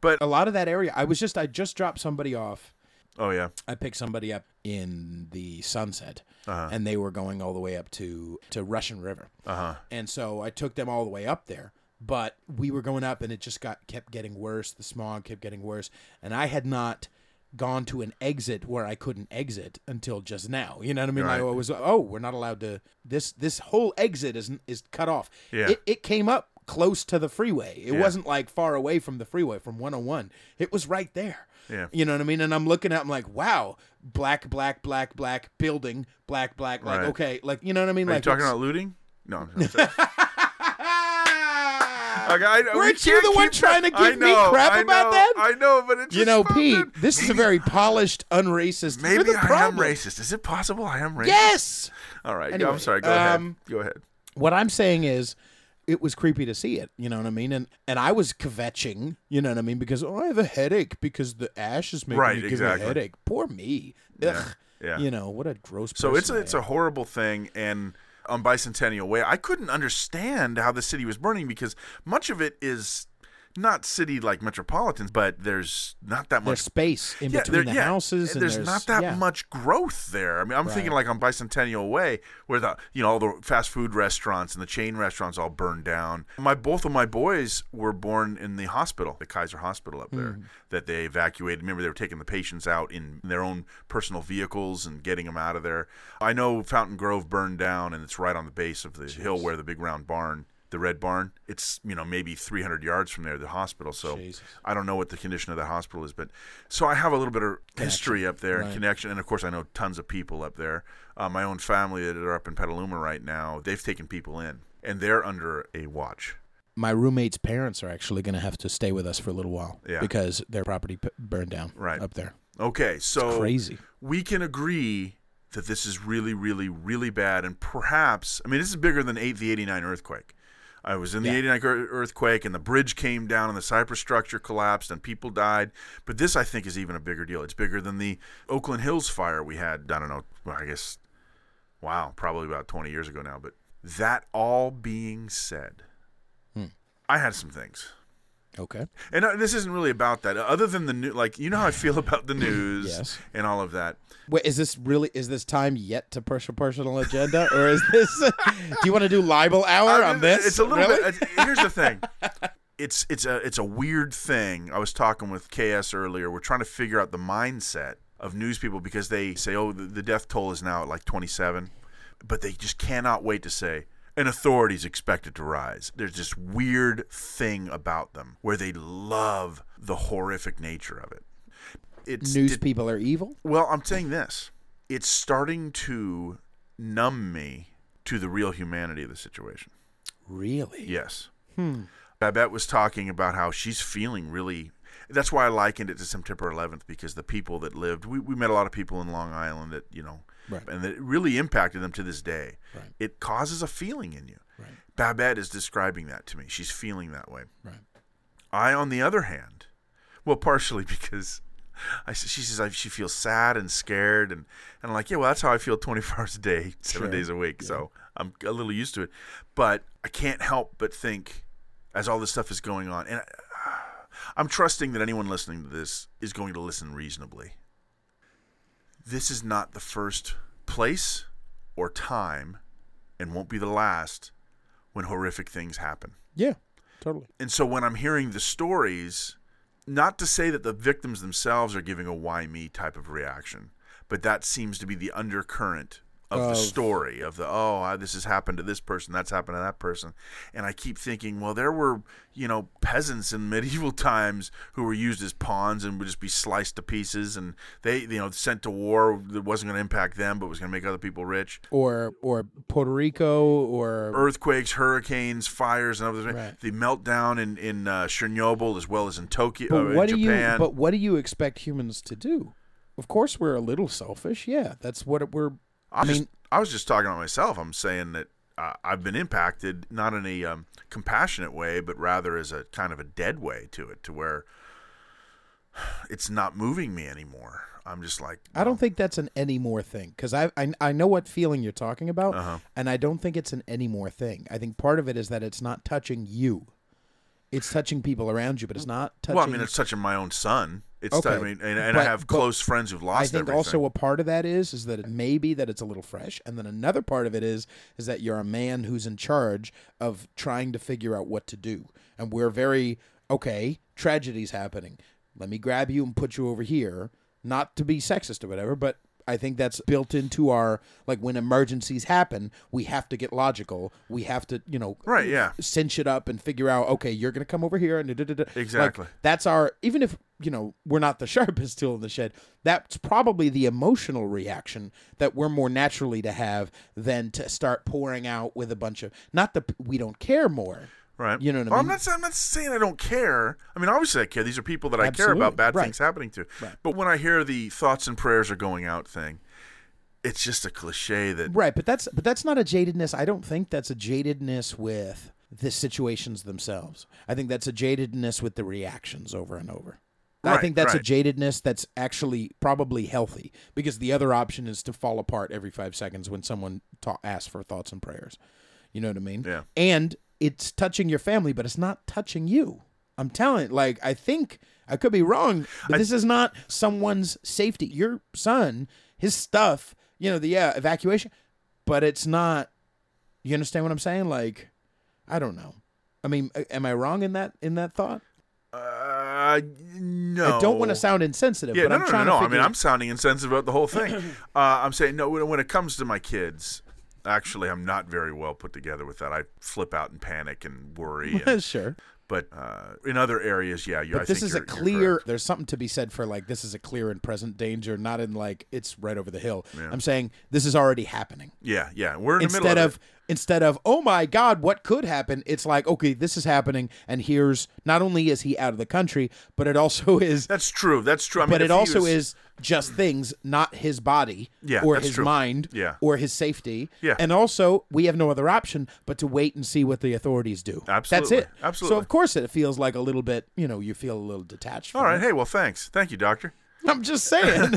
Speaker 2: But
Speaker 5: a lot of that area. I was just I just dropped somebody off.
Speaker 2: oh yeah,
Speaker 5: I picked somebody up in the Sunset,
Speaker 2: Uh-huh.
Speaker 5: and they were going all the way up to to Russian River, uh-huh. and so I took them all the way up there. But we were going up, and it just got kept getting worse. The smog kept getting worse, and I had not gone to an exit where I couldn't exit until just now. You know what I mean? I
Speaker 2: Right.
Speaker 5: was oh, we're not allowed to. This this whole exit is is cut off.
Speaker 2: Yeah.
Speaker 5: It, it came up close to the freeway. It
Speaker 2: Yeah.
Speaker 5: wasn't like far away from the freeway from 101. It was right there.
Speaker 2: Yeah.
Speaker 5: You know what I mean? And I'm looking at I'm like, wow, black, black, black, black, building, black, black, like
Speaker 2: Right.
Speaker 5: okay, like you know what I mean?
Speaker 2: are you
Speaker 5: like
Speaker 2: talking
Speaker 5: it's-
Speaker 2: about looting? No, I'm I'm sorry.
Speaker 5: Ah!
Speaker 2: Like, I- we
Speaker 5: Weren't you
Speaker 2: can't
Speaker 5: the one
Speaker 2: keep-
Speaker 5: trying to
Speaker 2: I
Speaker 5: give
Speaker 2: know,
Speaker 5: me crap
Speaker 2: I
Speaker 5: about
Speaker 2: know,
Speaker 5: that?
Speaker 2: I know, but it's
Speaker 5: you
Speaker 2: just
Speaker 5: know,
Speaker 2: popped
Speaker 5: Pete,
Speaker 2: in.
Speaker 5: this is a
Speaker 2: Maybe-
Speaker 5: very polished, unracist. you're
Speaker 2: Maybe
Speaker 5: the
Speaker 2: I am
Speaker 5: problem.
Speaker 2: racist. Is it possible I am racist?
Speaker 5: Yes.
Speaker 2: All right.
Speaker 5: Anyway,
Speaker 2: I'm sorry. Go
Speaker 5: um,
Speaker 2: ahead. Go ahead.
Speaker 5: what I'm saying is it was creepy to see it, you know what I mean? And and I was kvetching, you know what I mean, because oh I have a headache because the ash is making
Speaker 2: Right,
Speaker 5: me give
Speaker 2: exactly.
Speaker 5: me a headache. Poor me. Ugh.
Speaker 2: yeah.
Speaker 5: You know, what a gross
Speaker 2: So it's a,
Speaker 5: person
Speaker 2: it's
Speaker 5: I
Speaker 2: a horrible thing, and on Bicentennial Way, I couldn't understand how the city was burning because much of it is not city like metropolitan, but there's not that
Speaker 5: am. there's
Speaker 2: much.
Speaker 5: space in
Speaker 2: Yeah,
Speaker 5: between
Speaker 2: there-
Speaker 5: the
Speaker 2: yeah,
Speaker 5: houses and
Speaker 2: there's,
Speaker 5: there's
Speaker 2: not that
Speaker 5: yeah.
Speaker 2: much growth there. I mean, I'm thinking like on Bicentennial Way, where the you know all the fast food restaurants and the chain restaurants all burned down. My both of my boys were born in the hospital, the Kaiser Hospital up there,
Speaker 5: Mm.
Speaker 2: that they evacuated. Remember, they were taking the patients out in their own personal vehicles and getting them out of there. I know Fountain Grove burned down, and it's right on the base of the hill where the big round barn. the Red Barn. It's you know maybe 300 yards from there, the hospital. So
Speaker 5: Jesus.
Speaker 2: I don't know what the condition of the hospital is, but so I have a little bit of history up there,
Speaker 5: Right.
Speaker 2: and connection, and of course I know tons of people up there. Uh, my own family that are up in Petaluma right now, they've taken people in, and they're under a watch.
Speaker 5: My roommate's parents are actually going to have to stay with us for a little while
Speaker 2: Yeah.
Speaker 5: because their property p- burned down
Speaker 2: Right.
Speaker 5: up there.
Speaker 2: Okay, so
Speaker 5: Crazy.
Speaker 2: we can agree that this is really, really, really bad. And perhaps, I mean, this is bigger than eight, the 89 earthquake. I was in the
Speaker 5: Yeah.
Speaker 2: 89 ear- earthquake, and the bridge came down, and the Cypress structure collapsed, and people died. But this, I think, is even a bigger deal. It's bigger than the Oakland Hills fire we had, I don't know, well, I guess, wow, probably about 20 years ago now. But that all being said,
Speaker 5: Hmm.
Speaker 2: I had some things.
Speaker 5: Okay.
Speaker 2: And uh, this isn't really about that. Other than the new, like you know how I feel about the news
Speaker 5: Yes.
Speaker 2: and all of that.
Speaker 5: Wait, is this really is this time yet to push a personal agenda, or is this? do you want to do libel hour
Speaker 2: Uh,
Speaker 5: on this?
Speaker 2: It's a little
Speaker 5: Really?
Speaker 2: bit. it's- Here's the thing. It's it's a it's a weird thing. I was talking with KS earlier. We're trying to figure out the mindset of news people because they say, "Oh, the, the death toll is now at like 27," but they just cannot wait to say. And authorities expected to rise. There's this weird thing about them where they love the horrific nature of it. It's
Speaker 5: News
Speaker 2: det-
Speaker 5: people are evil.
Speaker 2: Well, I'm saying this. It's starting to numb me to the real humanity of the situation.
Speaker 5: Really?
Speaker 2: Yes. Hmm. Babette was talking about how she's feeling really. That's why I likened it to September 11th because the people that lived, we, we met a lot of people in Long Island that, you know,
Speaker 5: Right.
Speaker 2: and that it really impacted them to this day.
Speaker 5: Right.
Speaker 2: It causes a feeling in you.
Speaker 5: Right.
Speaker 2: Babette is describing that to me. She's feeling that way.
Speaker 5: Right.
Speaker 2: I, on the other hand, well, partially because I, s- she says I, she feels sad and scared, and, and I'm like, yeah, well, that's how I feel 24 hours a day, seven
Speaker 5: Sure.
Speaker 2: days a week. So I'm a little used to it, but I can't help but think as all this stuff is going on, and I, I'm trusting that anyone listening to this is going to listen reasonably. This is not the first place or time, and won't be the last, when horrific things happen.
Speaker 5: Yeah. Totally.
Speaker 2: And so when I'm hearing the stories, not to say that the victims themselves are giving a why me type of reaction, but that seems to be the undercurrent of the
Speaker 5: Of-
Speaker 2: story of the oh I, this has happened to this person that's happened to that person and i keep thinking well there were you know peasants in medieval times who were used as pawns and would just be sliced to pieces and they you know sent to war that wasn't going to impact them but was going to make other people rich
Speaker 5: Or or Puerto Rico or
Speaker 2: earthquakes, hurricanes, fires, and other
Speaker 5: Right.
Speaker 2: The meltdown in in uh, Chernobyl as well as in Tokyo, uh,
Speaker 5: But
Speaker 2: in
Speaker 5: what do
Speaker 2: Japan.
Speaker 5: you? But what do you expect humans to do? Of course, we're a little selfish. Yeah, that's what it- we're.
Speaker 2: I'm
Speaker 5: I mean-
Speaker 2: just, I was just talking about myself. I'm saying that uh, I've been impacted not in a um, compassionate way, but rather as a kind of a dead way to it, to where it's not moving me anymore. I'm just like
Speaker 5: I don't think that's an anymore thing because I, I I know what feeling you're talking about,
Speaker 2: Uh-huh.
Speaker 5: and I don't think it's an anymore thing. I think part of it is that it's not touching you. It's touching people around you, but it's not touching.
Speaker 2: Mm. Well, I mean, it's touching my own son. It's
Speaker 5: Okay.
Speaker 2: I mean, and, and I
Speaker 5: But-
Speaker 2: have
Speaker 5: but
Speaker 2: close friends who've
Speaker 5: I
Speaker 2: lost.
Speaker 5: think
Speaker 2: everything.
Speaker 5: also a part of that is is that it may be that it's a little fresh, and then another part of it is is that you're a man who's in charge of trying to figure out what to do, and we're very okay. Tragedy's happening. Let me grab you and put you over here. Not to be sexist or whatever, but I think that's built into our like when emergencies happen, we have to get logical. We have to you know
Speaker 2: Right, yeah.
Speaker 5: cinch it up and figure out okay, you're gonna come over here and da, da, da, da. Like,
Speaker 2: Exactly.
Speaker 5: that's our even if you know we're not the sharpest tool in the shed that's probably the emotional reaction that we're more naturally to have than to start pouring out with a bunch of not the we don't care more
Speaker 2: Right.
Speaker 5: You know what I
Speaker 2: Well, I'm
Speaker 5: mean?
Speaker 2: not, sa- I'm not saying I don't care. I mean, obviously I care. These are people that I care
Speaker 5: Absolutely.
Speaker 2: about bad
Speaker 5: Right.
Speaker 2: things happening to. But when I hear the thoughts and prayers are going out thing, it's just a cliche that
Speaker 5: right but that's but that's not a jadedness i don't think that's a jadedness with the situations themselves i think that's a jadedness with the reactions over and over I
Speaker 2: Right,
Speaker 5: think that's
Speaker 2: right.
Speaker 5: a jadedness that's actually probably healthy because the other option is to fall apart every five seconds when someone ta- asks for thoughts and prayers. You know what I mean?
Speaker 2: Yeah.
Speaker 5: And it's touching your family, but it's not touching you. I'm telling, like, I think I could be wrong, but this is not someone's safety. Your son, his stuff, you know, the yeah, evacuation, but it's not. You understand what I'm saying? Like, I don't know. I mean, a- am I wrong in that in that thought?
Speaker 2: uh, no.
Speaker 5: I don't want to sound insensitive,
Speaker 2: Yeah,
Speaker 5: but
Speaker 2: no,
Speaker 5: I'm
Speaker 2: no, no,
Speaker 5: trying
Speaker 2: no.
Speaker 5: to
Speaker 2: I
Speaker 5: figure
Speaker 2: mean, I'm sounding insensitive about the whole thing. uh, I'm saying no. When, when it comes to my kids, Actually, I'm not very well put together with that. I flip out and panic and worry. and-
Speaker 5: sure.
Speaker 2: but uh, in other areas, yeah, you, I
Speaker 5: But this
Speaker 2: think
Speaker 5: is a
Speaker 2: you're- you're
Speaker 5: clear.
Speaker 2: correct.
Speaker 5: There's something to be said for like this is a clear and present danger, not in like it's right over the hill. I'm saying this is already happening.
Speaker 2: Yeah, yeah, we're in the
Speaker 5: instead
Speaker 2: middle
Speaker 5: of,
Speaker 2: of, it.
Speaker 5: instead of oh my god, what could happen? It's like okay, this is happening, and here's not only is he out of the country, but it also is.
Speaker 2: That's true. That's true. I mean,
Speaker 5: but
Speaker 2: if
Speaker 5: it
Speaker 2: he
Speaker 5: also
Speaker 2: was-
Speaker 5: is just things, not his body
Speaker 2: Yeah,
Speaker 5: or
Speaker 2: that's
Speaker 5: his
Speaker 2: true.
Speaker 5: mind
Speaker 2: Yeah.
Speaker 5: or his safety.
Speaker 2: Yeah.
Speaker 5: And also, we have no other option but to wait and see what the authorities do.
Speaker 2: Absolutely.
Speaker 5: That's it.
Speaker 2: Absolutely.
Speaker 5: So, of course, it feels like a little bit, you know, you feel a little detached. From
Speaker 2: All right.
Speaker 5: it.
Speaker 2: Hey, well, thanks. Thank you, doctor.
Speaker 5: I'm just saying.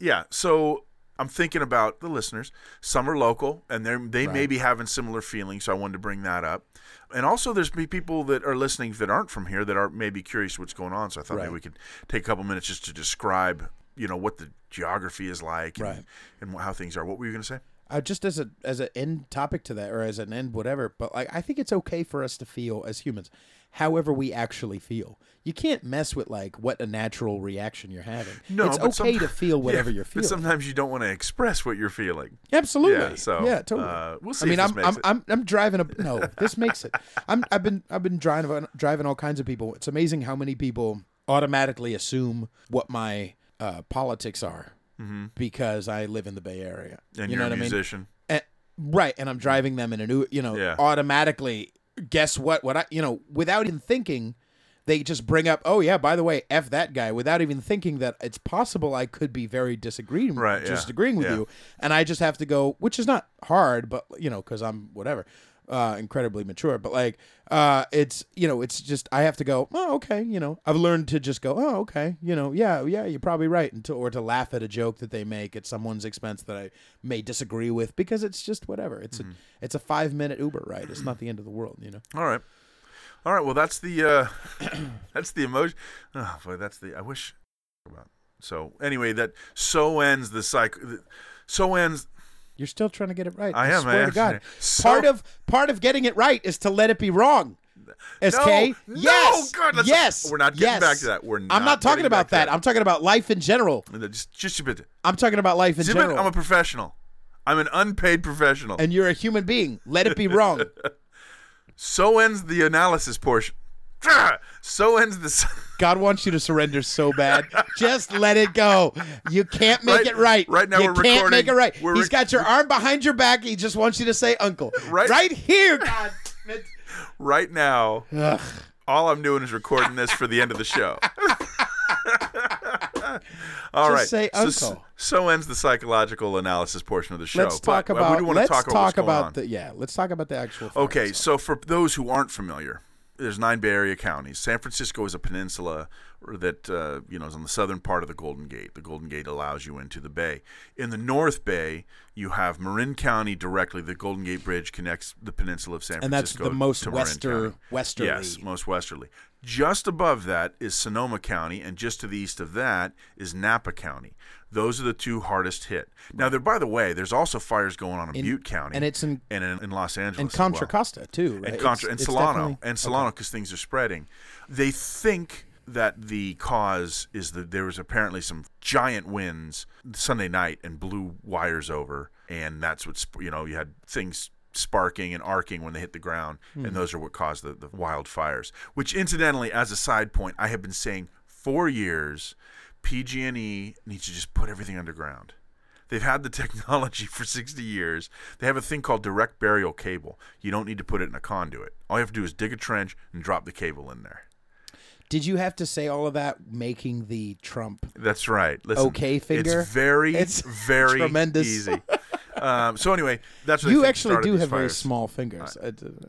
Speaker 2: Yeah. So I'm thinking about the listeners. Some are local, and they they may be having similar feelings. So I wanted to bring that up. And also, there's be people that are listening that aren't from here that are maybe curious what's going on. So I thought maybe
Speaker 5: Right.
Speaker 2: we could take a couple minutes just to describe, you know, what the geography is like,
Speaker 5: Right.
Speaker 2: and, and how things are. What were you going to say?
Speaker 5: uh, just as a as an end topic to that, or as an end whatever. But like, I think it's okay for us to feel as humans, however we actually feel. You can't mess with like what a natural reaction you're having. it's okay
Speaker 2: but some-
Speaker 5: to feel whatever
Speaker 2: Yeah,
Speaker 5: you're feeling.
Speaker 2: But sometimes you don't want to express what you're feeling.
Speaker 5: Absolutely.
Speaker 2: Yeah, so,
Speaker 5: yeah, totally.
Speaker 2: uh, we'll see
Speaker 5: I mean,
Speaker 2: if this
Speaker 5: I'm,
Speaker 2: makes
Speaker 5: I'm,
Speaker 2: it.
Speaker 5: I'm I'm driving a no. This makes it. I'm I've been I've been driving driving all kinds of people. It's amazing how many people automatically assume what my uh, politics are because I live in the Bay Area.
Speaker 2: Mm-hmm. And
Speaker 5: you
Speaker 2: you're
Speaker 5: know what
Speaker 2: a
Speaker 5: I mean?
Speaker 2: musician.
Speaker 5: And, right, and I'm driving them in a new, you know,
Speaker 2: Yeah.
Speaker 5: automatically. Guess what? What I, you know, without even thinking, they just bring up, oh yeah, by the way, f that guy, without even thinking that it's possible I could be very disagreeing,
Speaker 2: Right, yeah,
Speaker 5: disagreeing with
Speaker 2: yeah.
Speaker 5: you, and I just have to go, which is not hard, but you know, because I'm whatever, uh, incredibly mature, but like, uh, it's you know, it's just I have to go, oh okay, you know, I've learned to just go, oh okay, you know, yeah, yeah, you're probably right, and to, or to laugh at a joke that they make at someone's expense that I may disagree with because it's just whatever. It's
Speaker 2: Mm-hmm.
Speaker 5: a it's a five minute Uber ride. It's not the end of the world, you know.
Speaker 2: All right. All right. Well, that's the uh, that's the emotion. Oh boy, that's the I wish about. So anyway, that so ends the cycle. So ends.
Speaker 5: You're still trying to get it right.
Speaker 2: I am,
Speaker 5: Swear
Speaker 2: I am.
Speaker 5: to God.
Speaker 2: So-
Speaker 5: part of part of getting it right is to let it be wrong. SK.
Speaker 2: No, no,
Speaker 5: yes.
Speaker 2: God, let's-
Speaker 5: yes.
Speaker 2: we're not getting
Speaker 5: yes.
Speaker 2: back to that. We're not
Speaker 5: I'm not talking
Speaker 2: getting back
Speaker 5: about
Speaker 2: to that.
Speaker 5: that. I'm talking about life in general.
Speaker 2: Just just a bit.
Speaker 5: I'm talking about life in
Speaker 2: Zip it,
Speaker 5: general.
Speaker 2: I'm a professional. I'm an unpaid professional.
Speaker 5: and you're a human being. Let it be wrong.
Speaker 2: so ends the analysis portion. So ends the. s-
Speaker 5: God wants you to surrender so bad. Just let it go. You can't make
Speaker 2: Right-
Speaker 5: it right.
Speaker 2: right now
Speaker 5: you
Speaker 2: we're
Speaker 5: can't
Speaker 2: recording-
Speaker 5: make it right.
Speaker 2: we're
Speaker 5: He's
Speaker 2: rec-
Speaker 5: got your arm behind your back. He just wants you to say uncle.
Speaker 2: Right-
Speaker 5: here, God.
Speaker 2: Right now, all I'm doing is recording this for the end of the show. All right.
Speaker 5: Just say
Speaker 2: So,
Speaker 5: uncle.
Speaker 2: so ends the psychological analysis portion of the show.
Speaker 5: Let's talk
Speaker 2: But, uh,
Speaker 5: about
Speaker 2: We do want
Speaker 5: let's
Speaker 2: to talk about, what's going
Speaker 5: about
Speaker 2: on.
Speaker 5: the yeah, let's talk about the actual facts.
Speaker 2: Okay, so for those who aren't familiar, there's nine Bay Area counties. San Francisco is a peninsula that uh, you know is on the southern part of the Golden Gate. The Golden Gate allows you into the bay. In the North Bay, you have Marin County directly. The Golden Gate Bridge connects the peninsula of San
Speaker 5: And that's
Speaker 2: Francisco
Speaker 5: the most
Speaker 2: to Marin
Speaker 5: wester-
Speaker 2: County.
Speaker 5: westerly.
Speaker 2: Yes, most westerly. Just above that is Sonoma County, and just to the east of that is Napa County. Those are the two hardest hit. Now, there, by the way, there's also fires going on in, Butte County,
Speaker 5: and it's in-
Speaker 2: and in, in Los Angeles,
Speaker 5: and
Speaker 2: as well
Speaker 5: Contra Costa too, right?
Speaker 2: and Contra
Speaker 5: It's-
Speaker 2: and
Speaker 5: it's
Speaker 2: Solano
Speaker 5: definitely-
Speaker 2: and Solano because things are spreading. They think that the cause is that there was apparently some giant winds Sunday night and blew wires over, and that's what sp- you know you had things sparking and arcing when they hit the ground,
Speaker 5: Hmm.
Speaker 2: and those are what caused the, the wildfires. Which incidentally, as a side point, I have been saying for years, PG&E needs E to just put everything underground. They've had the technology for 60 years. They have a thing called direct burial cable. You don't need to put it in a conduit. All you have to do is dig a trench and drop the cable in there.
Speaker 5: Did you have to say all of that making the Trump?
Speaker 2: That's right. Listen,
Speaker 5: Okay, finger.
Speaker 2: It's very,
Speaker 5: It's
Speaker 2: very
Speaker 5: tremendous.
Speaker 2: easy. Um, so anyway, that's what I
Speaker 5: You
Speaker 2: think
Speaker 5: actually
Speaker 2: started
Speaker 5: do
Speaker 2: these
Speaker 5: have very
Speaker 2: fires.
Speaker 5: small fingers. I did-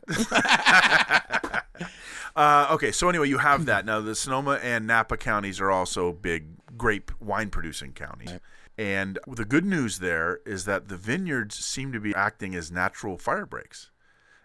Speaker 2: Uh, okay, so anyway, you
Speaker 5: Hmm.
Speaker 2: have that now. The Sonoma and Napa counties are also big grape wine producing counties. And the good news there is that the vineyards seem to be acting as natural fire breaks.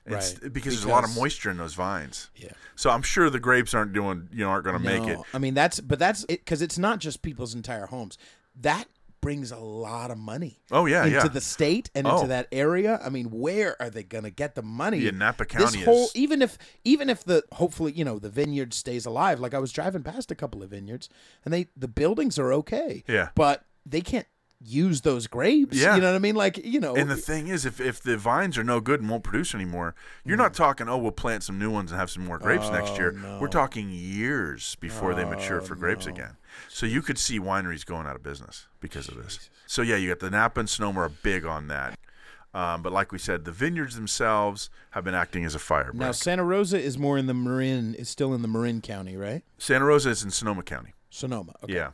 Speaker 2: It's-
Speaker 5: Right,
Speaker 2: because there's a lot of
Speaker 5: because-
Speaker 2: moisture in those vines.
Speaker 5: Yeah.
Speaker 2: So I'm sure the grapes aren't doing, you know, aren't going to make it.
Speaker 5: No, I mean that's but that's it because it's not just people's entire homes. That brings a lot of money.
Speaker 2: Oh, yeah,
Speaker 5: into
Speaker 2: yeah.
Speaker 5: the state and
Speaker 2: Oh.
Speaker 5: into that area. I mean, where are they going to get the money?
Speaker 2: Yeah, Napa
Speaker 5: This
Speaker 2: County
Speaker 5: whole
Speaker 2: is-
Speaker 5: even if even if the hopefully you know the vineyard stays alive. Like I was driving past a couple of vineyards and they the buildings are okay.
Speaker 2: Yeah.
Speaker 5: but they can't use those grapes.
Speaker 2: Yeah.
Speaker 5: You know what I mean? Like, you know,
Speaker 2: And the thing is, if, if the vines are no good and won't produce anymore, you're not talking, oh, we'll plant some new ones and have some more grapes next year. We're talking years before they mature for grapes again. So you could see wineries going out of business because of this. So, yeah, you got the Napa and Sonoma are big on that. Um, but like we said, the vineyards themselves have been acting as a fire
Speaker 5: now
Speaker 2: break.
Speaker 5: Santa Rosa is more in the Marin, it's still in the Marin County, right?
Speaker 2: Santa Rosa is in Sonoma County.
Speaker 5: Sonoma. Okay.
Speaker 2: Yeah.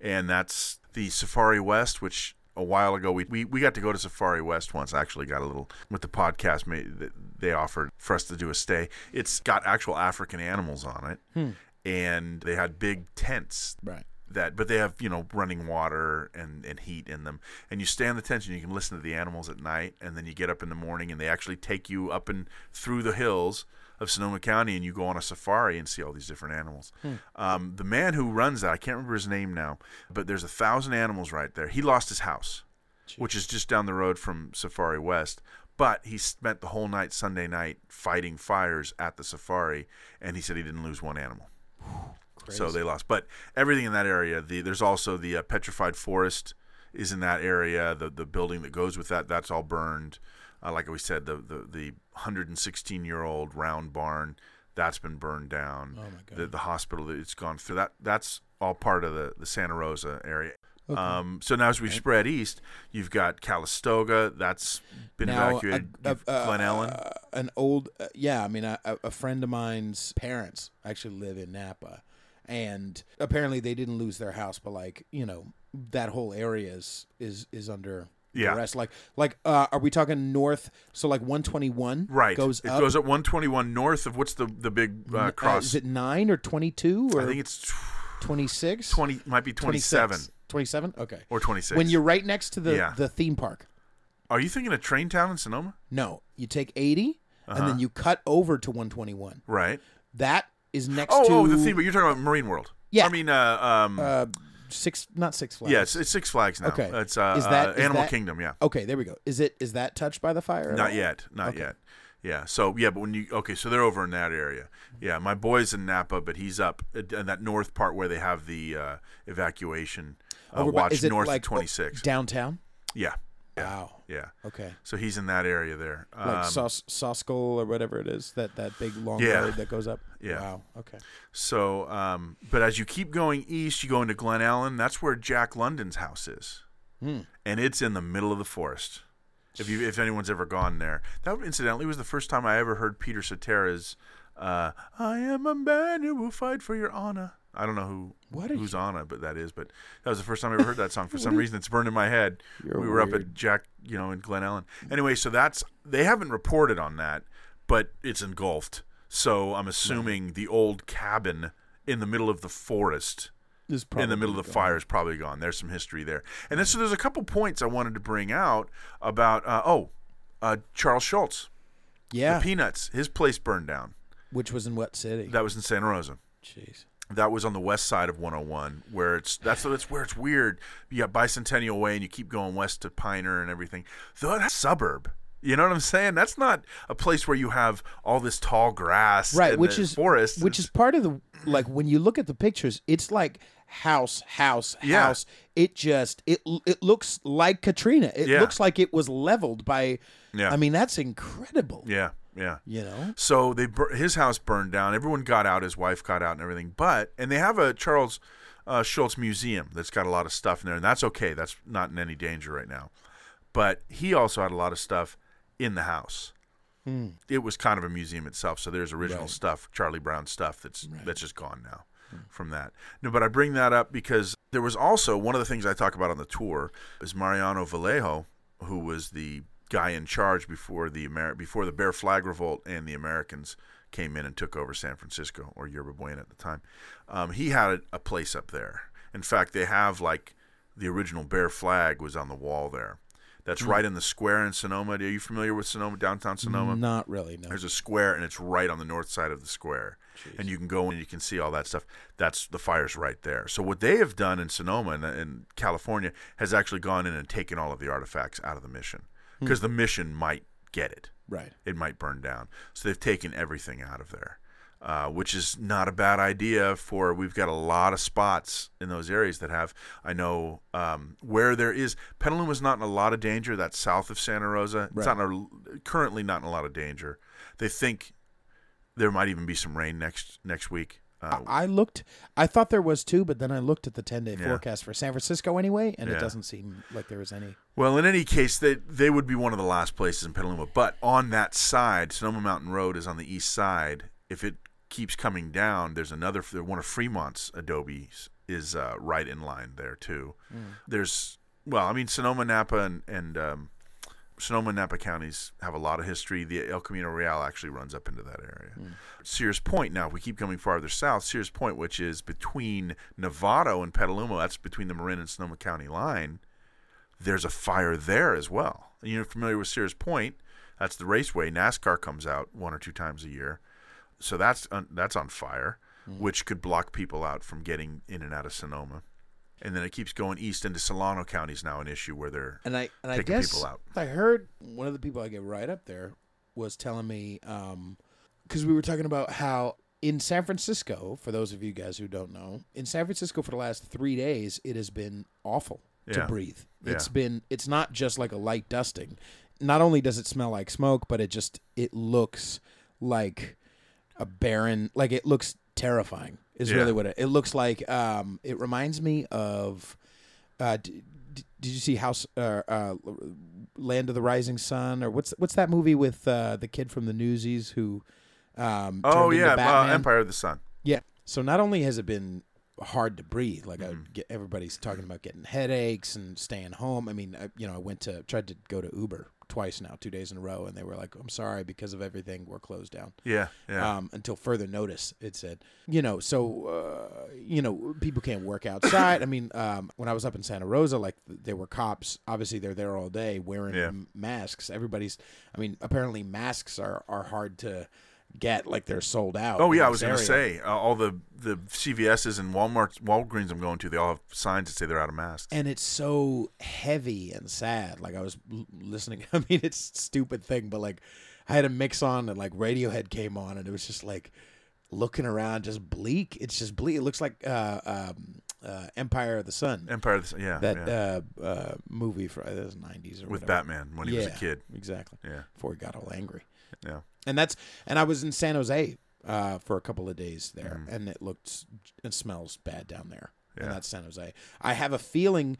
Speaker 2: And that's the Safari West, which a while ago we, we, we got to go to Safari West once. Actually, got a little with the podcast ma- that they offered for us to do a stay. It's got actual African animals on it, and they had big tents
Speaker 5: Right.
Speaker 2: that but they have you know running water and, and heat in them and you stay on the tent and you can listen to the animals at night and then you get up in the morning and they actually take you up and through the hills of sonoma county and you go on a safari and see all these different animals um, the man who runs that i can't remember his name now but there's a thousand animals right there he lost his house which is just down the road from Safari West. But he spent the whole night, Sunday night, fighting fires at the safari, and he said he didn't lose one animal. So they lost. But everything in that area, the, there's also the uh, petrified forest is in that area. The the building that goes with that, that's all burned. Uh, like we said, the the, the 116 year old round barn that's been burned down. Oh my God. The, the hospital that it's gone through that that's all part of the, the Santa Rosa area. Um, so now as we spread east, you've got Calistoga that's been
Speaker 5: Now,
Speaker 2: evacuated.
Speaker 5: a- a-
Speaker 2: You've Glen Ellen.
Speaker 5: Uh, an old, uh, yeah, I mean, a, a a friend of mine's parents actually live in Napa. And apparently they didn't lose their house, but like, you know, that whole area is is, is under
Speaker 2: Yeah.
Speaker 5: arrest. Like, like uh, are we talking north? So like 121
Speaker 2: right.
Speaker 5: goes
Speaker 2: it
Speaker 5: up.
Speaker 2: goes up 121 north of what's the the big uh,
Speaker 5: Uh,
Speaker 2: cross?
Speaker 5: is it 9 or 22 or
Speaker 2: I think it's
Speaker 5: 26?
Speaker 2: 20 might be 27
Speaker 5: 27? Okay.
Speaker 2: or 26
Speaker 5: When you're right next to the,
Speaker 2: Yeah.
Speaker 5: the theme park.
Speaker 2: are you thinking of train town in sonoma
Speaker 5: No, you take 80 and
Speaker 2: Uh-huh.
Speaker 5: then you cut over to 121.
Speaker 2: right
Speaker 5: That is next
Speaker 2: oh
Speaker 5: to
Speaker 2: oh the theme but you're talking about marine world
Speaker 5: Yeah.
Speaker 2: i mean uh, um
Speaker 5: six not six flags.
Speaker 2: yeah it's, it's six flags now
Speaker 5: Okay.
Speaker 2: it's uh,
Speaker 5: Is that-
Speaker 2: uh,
Speaker 5: is
Speaker 2: animal
Speaker 5: that-
Speaker 2: kingdom yeah
Speaker 5: Okay, there we go. Is it is that touched by the fire? at
Speaker 2: not
Speaker 5: all?
Speaker 2: yet not yet yeah so yeah but when you okay so they're over in that area yeah my boy's in napa but he's up at- in that north part where they have the uh, evacuation uh,
Speaker 5: Over by-
Speaker 2: watch
Speaker 5: is it
Speaker 2: north
Speaker 5: like oh,
Speaker 2: of 26
Speaker 5: downtown?
Speaker 2: yeah
Speaker 5: Wow.
Speaker 2: yeah
Speaker 5: Okay.
Speaker 2: so he's in that area there
Speaker 5: Like
Speaker 2: Um,
Speaker 5: Sos Soskull or whatever it is that that big long
Speaker 2: Yeah.
Speaker 5: road that goes up.
Speaker 2: Yeah.
Speaker 5: Wow. Okay.
Speaker 2: So, um, but as you keep going east, you go into Glen Allen. That's where Jack London's house is, and it's in the middle of the forest. If you, if anyone's ever gone there, that incidentally was the first time I ever heard Peter Cetera's uh, "I am a man who will fight for your honor." I don't know who
Speaker 5: What are
Speaker 2: who's Anna, but that is. But that was the first time I ever heard that song. For some reason, it's burned in my head. we were up at Jack, you know, in Glen Ellen. Anyway, so that's they haven't reported on that, but it's engulfed. So I'm assuming the old cabin in the middle of the forest
Speaker 5: This
Speaker 2: in the middle of the fire is probably gone. There's some history there, and then so there's a couple points I wanted to bring out about uh, oh, uh, Charles Schultz,
Speaker 5: Yeah.
Speaker 2: the Peanuts, his place burned down.
Speaker 5: which was in what city?
Speaker 2: That was in Santa Rosa.
Speaker 5: Jeez.
Speaker 2: that was on the west side of 101 where it's that's that's where it's weird you got bicentennial way and you keep going west to piner and everything though that's suburb you know what i'm saying that's not a place where you have all this tall grass
Speaker 5: Right,
Speaker 2: and
Speaker 5: which
Speaker 2: the
Speaker 5: is
Speaker 2: forest
Speaker 5: which
Speaker 2: It's-
Speaker 5: is part of the like when you look at the pictures, it's like house, house,
Speaker 2: Yeah.
Speaker 5: house. It just it it looks like Katrina. It
Speaker 2: Yeah.
Speaker 5: looks like it was leveled by.
Speaker 2: Yeah.
Speaker 5: I mean that's incredible.
Speaker 2: yeah yeah
Speaker 5: You know.
Speaker 2: So they bur- his house burned down. Everyone got out. His wife got out and everything. But and they have a Charles uh, Schultz museum that's got a lot of stuff in there, and that's okay. That's not in any danger right now. But he also had a lot of stuff in the house. It was kind of a museum itself. So there's original stuff, Charlie Brown stuff that's that's just gone now from that. No, but I bring that up because there was also one of the things I talk about on the tour is Mariano Vallejo, who was the guy in charge before the Ameri- before the Bear Flag Revolt and the Americans came in and took over San Francisco or Yerba Buena at the time. Um, he had a, a place up there. In fact, they have like the original Bear Flag was on the wall there. That's right in the square in Sonoma. Are you familiar with Sonoma, downtown Sonoma?
Speaker 5: Not really. No.
Speaker 2: There's a square, and it's right on the north side of the square. And you can go in and you can see all that stuff. That's the fire's right there. So, what they have done in Sonoma and in California has actually gone in and taken all of the artifacts out of the mission because the mission might get it
Speaker 5: Right.
Speaker 2: it might burn down. So they've taken everything out of there. uh, which is not a bad idea for we've got a lot of spots in those areas that have I know um, where there is Petaluma is not in a lot of danger. That's south of Santa Rosa. It's
Speaker 5: Right.
Speaker 2: not in a, currently not in a lot of danger. They think there might even be some rain next next week. Uh,
Speaker 5: I looked. I thought there was two, but then I looked at the ten-day
Speaker 2: Yeah.
Speaker 5: forecast for San Francisco anyway, and
Speaker 2: Yeah.
Speaker 5: it doesn't seem like there was any.
Speaker 2: Well, in any case, they they would be one of the last places in Petaluma. But on that side, Sonoma Mountain Road is on the east side. If it keeps coming down, there's another. there- One of Fremont's adobes is uh, right in line there too. There's well, I mean Sonoma Napa and and um, Sonoma and Napa counties have a lot of history. The El Camino Real actually runs up into that area. Sears Point. Now, if we keep coming farther south, Sears Point, which is between Novato and Petaluma, that's between the Marin and Sonoma County line there's a fire there as well. And You're familiar with Sears Point. That's the raceway. NASCAR comes out one or two times a year. So that's on, that's on fire,
Speaker 5: Mm-hmm.
Speaker 2: which could block people out from getting in and out of Sonoma. And then it keeps going east into Solano County is now an issue where they're
Speaker 5: And I and I
Speaker 2: taking
Speaker 5: guess
Speaker 2: people out.
Speaker 5: I heard one of the people I get right up there was telling me um because we were talking about how in San Francisco, for those of you guys who don't know, in San Francisco for the last three days it has been awful
Speaker 2: Yeah.
Speaker 5: to breathe. It's
Speaker 2: Yeah.
Speaker 5: been it's not just like a light dusting. Not only does it smell like smoke, but it just it looks like a barren like it looks terrifying is
Speaker 2: Yeah.
Speaker 5: really what it, it looks like um it reminds me of uh d- d- did you see house uh, uh land of the rising sun or what's what's that movie with uh the kid from the newsies who um
Speaker 2: Oh
Speaker 5: turned into
Speaker 2: yeah, uh,
Speaker 5: Batman?
Speaker 2: Empire of the Sun.
Speaker 5: yeah so not only has it been hard to breathe like I
Speaker 2: Mm-hmm.
Speaker 5: get, everybody's talking about getting headaches and staying home i mean I, you know i went to tried to go to uber twice now two days in a row and they were like i'm sorry because of everything we're closed down
Speaker 2: Yeah, yeah.
Speaker 5: um, until further notice. It said, you know, so uh, you know, people can't work outside. I mean, um, when I was up in Santa Rosa, like th- there were cops. Obviously, they're there all day wearing
Speaker 2: Yeah.
Speaker 5: m- masks. Everybody's, I mean, apparently masks are are hard to get. Like they're sold out.
Speaker 2: oh
Speaker 5: in
Speaker 2: yeah, I was
Speaker 5: this
Speaker 2: going to
Speaker 5: area.
Speaker 2: say uh, all the the CVS's and Walmart's, Walgreens I'm going to, they all have signs that say they're out of masks.
Speaker 5: and it's so heavy and sad. Like I was l- listening. I mean, it's a stupid thing, but like I had a mix on and like Radiohead came on, and it was just like looking around, just bleak. It's just bleak. It looks like uh, um, uh, Empire of the Sun,
Speaker 2: Empire of the Sun. Yeah,
Speaker 5: that
Speaker 2: yeah.
Speaker 5: uh, uh, movie for uh, those nineties or
Speaker 2: with
Speaker 5: whatever.
Speaker 2: Batman when he was a
Speaker 5: Yeah,
Speaker 2: kid.
Speaker 5: exactly.
Speaker 2: Yeah.
Speaker 5: before he got all angry.
Speaker 2: Yeah.
Speaker 5: And that's and I was in San Jose uh, for a couple of days there, and it looked it smells bad down there.
Speaker 2: Mm. Yeah.
Speaker 5: And that's San Jose. I have a feeling.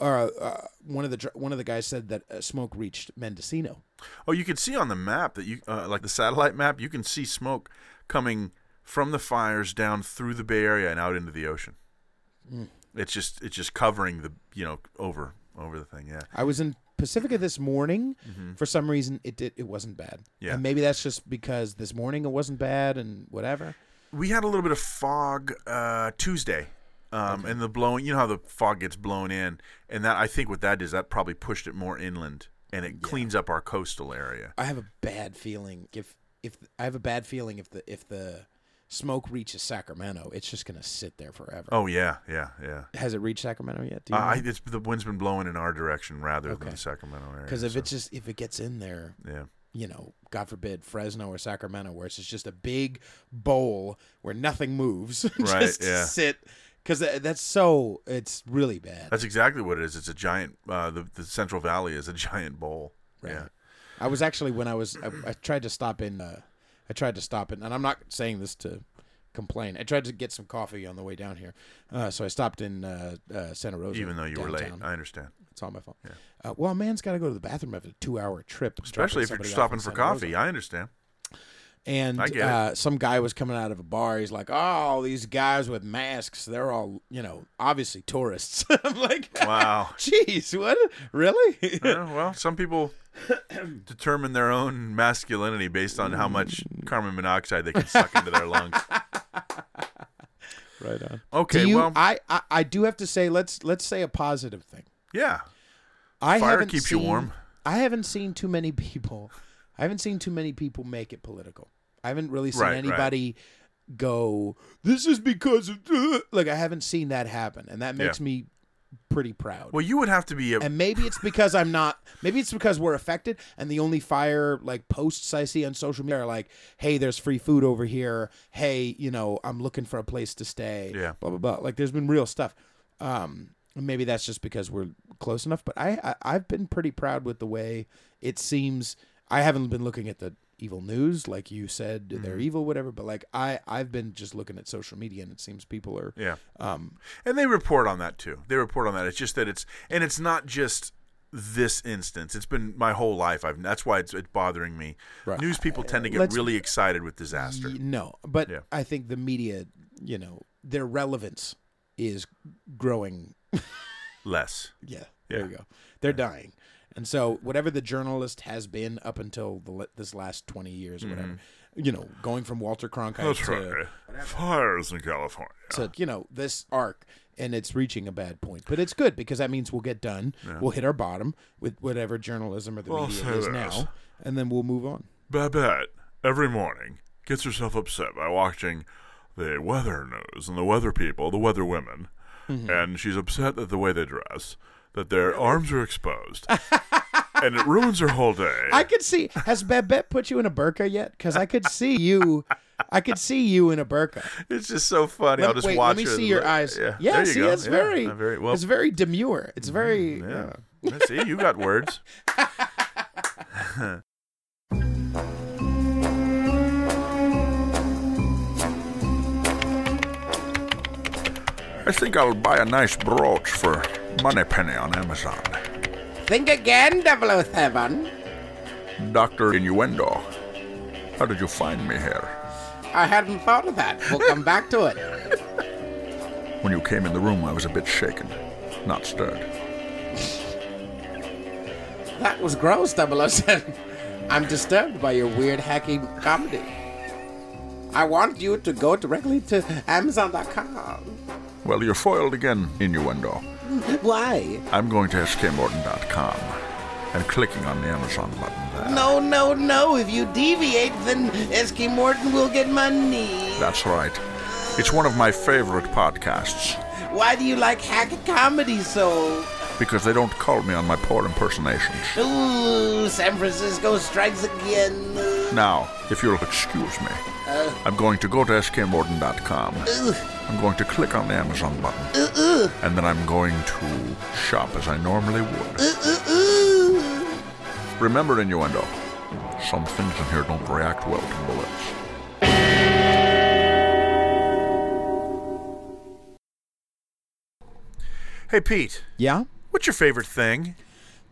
Speaker 5: Uh, uh, one of the dr- one of the guys said that uh, smoke reached Mendocino.
Speaker 2: Oh, you can see on the map that you uh, like the satellite map. You can see smoke coming from the fires down through the Bay Area and out into the ocean.
Speaker 5: Hmm.
Speaker 2: It's just it's just covering the you know over over the thing. Yeah,
Speaker 5: I was in Pacifica this morning. For some reason, it did. It wasn't bad.
Speaker 2: Mm-hmm. Yeah.
Speaker 5: And maybe that's just because this morning it wasn't bad and whatever.
Speaker 2: we had a little bit of fog uh, Tuesday. Um, And the blowing, you know how the fog gets blown in, and that I think what that is, that probably pushed it more inland, and it cleans up our coastal area.
Speaker 5: I have a bad feeling if if I have a bad feeling if the if the smoke reaches Sacramento, it's just gonna sit there forever.
Speaker 2: Oh yeah, yeah, yeah.
Speaker 5: Has it reached Sacramento yet? Do
Speaker 2: Uh,
Speaker 5: you
Speaker 2: I, it's the wind's been blowing in our direction rather than
Speaker 5: Okay.
Speaker 2: the Sacramento area.
Speaker 5: Because if
Speaker 2: so,
Speaker 5: it's just if it gets in there,
Speaker 2: yeah,
Speaker 5: you know, God forbid, Fresno or Sacramento, where it's just a big bowl where nothing moves,
Speaker 2: Right,
Speaker 5: just
Speaker 2: yeah.
Speaker 5: sit. Because that's so it's really bad.
Speaker 2: That's exactly what it is. It's a giant. Uh, the the Central Valley is a giant bowl.
Speaker 5: Right.
Speaker 2: Yeah.
Speaker 5: I was actually when I was I, I tried to stop in uh, I tried to stop in and I'm not saying this to complain. I tried to get some coffee on the way down here. Uh, so I stopped in uh, uh, Santa Rosa.
Speaker 2: Even though you were late,
Speaker 5: downtown.
Speaker 2: I understand.
Speaker 5: It's all my fault. Uh, well, a man's got to go to the bathroom after a two-hour trip.
Speaker 2: Especially if you're stopping for coffee, I understand.
Speaker 5: And
Speaker 2: I get it.
Speaker 5: uh, some guy was coming out of a bar. He's like, "Oh, these guys with masks. They're all, you know, obviously tourists." I'm like,
Speaker 2: Wow.
Speaker 5: Jeez, what? Really?
Speaker 2: Yeah, well, some people determine their own masculinity based on how much carbon monoxide they can suck into their lungs.
Speaker 5: right on.
Speaker 2: Okay,
Speaker 5: do you,
Speaker 2: well,
Speaker 5: I, I I do have to say let's let's say a positive thing.
Speaker 2: yeah,
Speaker 5: I
Speaker 2: Fire
Speaker 5: haven't
Speaker 2: keeps you
Speaker 5: seen,
Speaker 2: warm.
Speaker 5: I haven't seen too many people. I haven't seen too many people make it political. I haven't really seen
Speaker 2: Right, right.
Speaker 5: anybody go. This is because of like I haven't seen that happen, and that makes me pretty proud.
Speaker 2: Well, you would have to be a.
Speaker 5: and maybe it's because I'm not. Maybe it's because we're affected, and the only fire like posts I see on social media are like, "Hey, there's free food over here. Hey, you know, I'm looking for a place to stay."
Speaker 2: Yeah.
Speaker 5: blah blah blah. Like, there's been real stuff. Um, and maybe that's just because we're close enough. But I, I I've been pretty proud with the way it seems. I haven't been looking at the evil news like you said they're evil whatever but like i i've been just looking at social media and it seems people are
Speaker 2: yeah.
Speaker 5: um
Speaker 2: And they report on that too. They report on that. It's just that it's and it's not just this instance. It's been my whole life. I've that's why it's, it's bothering me.
Speaker 5: Right.
Speaker 2: News people tend to get
Speaker 5: Let's-
Speaker 2: really excited with disaster.
Speaker 5: Y- No, but
Speaker 2: Yeah.
Speaker 5: I think the media, you know, their relevance is growing.
Speaker 2: Less.
Speaker 5: Yeah,
Speaker 2: Yeah.
Speaker 5: there you go. They're dying, and so whatever the journalist has been up until the, la- this last twenty years, whatever, you know, going from Walter Cronkite
Speaker 2: Mm-hmm. That's
Speaker 5: to,
Speaker 2: right. Fires in California.
Speaker 5: to you know this arc, and it's reaching a bad point. But it's good because that means we'll get done. We'll hit our bottom with whatever journalism or the
Speaker 2: Well,
Speaker 5: media
Speaker 2: say
Speaker 5: is
Speaker 2: this.
Speaker 5: now, and then we'll move on.
Speaker 2: Babette every morning gets herself upset by watching the weather news and the weather people, the weather women,
Speaker 5: Mm-hmm.
Speaker 2: and she's upset that the way they dress, that their arms are exposed, and it ruins her whole day.
Speaker 5: I could see. Has Babette put you in a burqa yet? Because I could see you. I could see you in a burqa.
Speaker 2: It's just so funny. I'll
Speaker 5: Let-
Speaker 2: just
Speaker 5: wait,
Speaker 2: watch
Speaker 5: Let me
Speaker 2: her
Speaker 5: see your
Speaker 2: look-
Speaker 5: eyes.
Speaker 2: Yeah,
Speaker 5: Yeah,
Speaker 2: there you
Speaker 5: see,
Speaker 2: go.
Speaker 5: it's
Speaker 2: Yeah,
Speaker 5: very,
Speaker 2: not very well. mm-hmm,
Speaker 5: it's very demure. It's very. uh,
Speaker 2: yeah. Yeah, see, you got words. I think I'll buy a nice brooch for moneypenny on Amazon.
Speaker 5: Think again, 007.
Speaker 2: Doctor Innuendo, how did you find me here?
Speaker 5: I hadn't thought of that. We'll come back to it.
Speaker 2: When you came in the room, I was a bit shaken, not stirred.
Speaker 5: That was gross, 007. I'm disturbed by your weird, hacky comedy. I want you to go directly to Amazon.com.
Speaker 2: Well, you're foiled again, Innuendo.
Speaker 5: Why?
Speaker 2: I'm going to skmorton.com and clicking on the Amazon button there.
Speaker 5: No, no, no. If you deviate, then Esky Morton will get money.
Speaker 2: That's right. It's one of my favorite podcasts
Speaker 5: Why do you like hack comedy so?
Speaker 2: because they don't call me on my poor impersonations.
Speaker 5: Ooh, San Francisco strikes again.
Speaker 2: Now, if you'll excuse me,
Speaker 5: Uh.
Speaker 2: I'm going to go to skmorden.com. I'm going to click on the Amazon button.
Speaker 5: Uh,
Speaker 2: And then I'm going to shop as I normally would.
Speaker 5: Uh,
Speaker 2: Remember, innuendo, some things in here don't react well to bullets. Hey, Pete,
Speaker 5: Yeah,
Speaker 2: what's your favorite thing?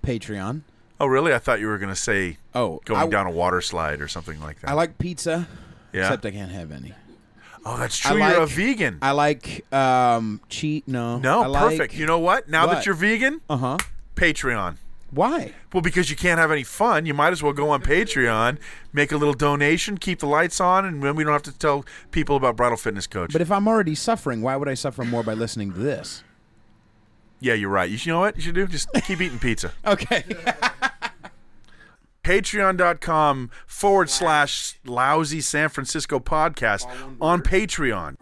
Speaker 5: Patreon.
Speaker 2: Oh, really? I thought you were going to say
Speaker 5: Oh,
Speaker 2: going
Speaker 5: I,
Speaker 2: down a water slide or something like that.
Speaker 5: I like pizza,
Speaker 2: yeah.
Speaker 5: except I can't have any.
Speaker 2: Oh, that's
Speaker 5: I
Speaker 2: true. You're a
Speaker 5: like-
Speaker 2: vegan.
Speaker 5: I like um cheat. No,
Speaker 2: no,
Speaker 5: I like,
Speaker 2: perfect. You know what? Now that
Speaker 5: What?
Speaker 2: you're vegan,
Speaker 5: Uh huh.
Speaker 2: Patreon.
Speaker 5: Why?
Speaker 2: Well, because you can't have any fun, you might as well go on Patreon, make a little donation, keep the lights on, and then we don't have to tell people about Bridal Fitness Coach.
Speaker 5: But if I'm already suffering, why would I suffer more by listening to this?
Speaker 2: yeah, you're right. You, you know what you should do? Just keep eating pizza.
Speaker 5: Okay.
Speaker 2: Patreon.com forward slash lousy San Francisco podcast on Patreon.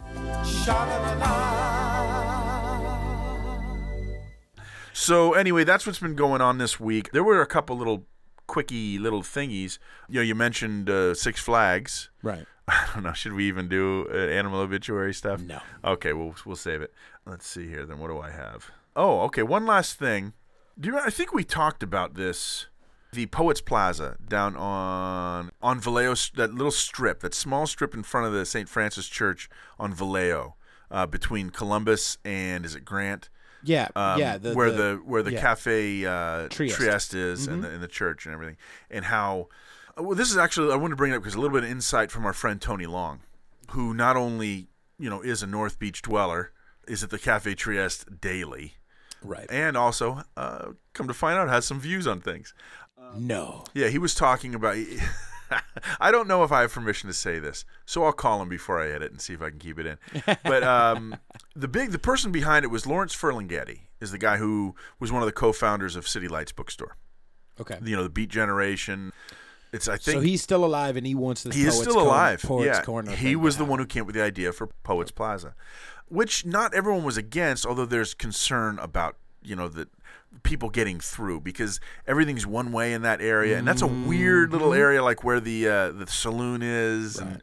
Speaker 2: So anyway, that's what's been going on this week. There were a couple little quickie little thingies. You know, you mentioned uh, Six Flags.
Speaker 5: right.
Speaker 2: I don't know. Should we even do uh, animal obituary stuff?
Speaker 5: No.
Speaker 2: Okay, we'll we'll save it. Let's see here. Then what do I have? Oh, okay. One last thing. Do you? I think we talked about this. The Poets Plaza down on on Vallejo, s- that little strip, that small strip in front of the St. Francis Church on Vallejo, uh, between Columbus and is it Grant?
Speaker 5: Yeah.
Speaker 2: um,
Speaker 5: yeah. The,
Speaker 2: where the, where the
Speaker 5: yeah.
Speaker 2: cafe uh, Trieste,
Speaker 5: Trieste. Mm-hmm.
Speaker 2: is, and the and the church and everything, and how. uh, Well, this is actually I wanted to bring it up because a little bit of insight from our friend Tony Long, who not only you know is a North Beach dweller, is at the Cafe Trieste daily,
Speaker 5: right.
Speaker 2: and also uh, come to find out has some views on things.
Speaker 5: no.
Speaker 2: Yeah, he was talking about. I don't know if I have permission to say this, so I'll call him before I edit and see if I can keep it in. But um, the big, the person behind it was Lawrence Ferlinghetti, is the guy who was one of the co-founders of City Lights Bookstore.
Speaker 5: Okay.
Speaker 2: You know, the Beat Generation. It's I think
Speaker 5: So he's still alive, and he wants this.
Speaker 2: he is
Speaker 5: poet's
Speaker 2: still
Speaker 5: corner,
Speaker 2: alive.
Speaker 5: Poets
Speaker 2: yeah,
Speaker 5: corner.
Speaker 2: he
Speaker 5: thing
Speaker 2: was
Speaker 5: to
Speaker 2: the
Speaker 5: happen.
Speaker 2: one who came up with the idea for Poets Plaza, which not everyone was against, although there's concern about you know that people getting through because everything's one way in that area, and that's a weird little
Speaker 5: Mm-hmm.
Speaker 2: area like where the uh, the saloon is, and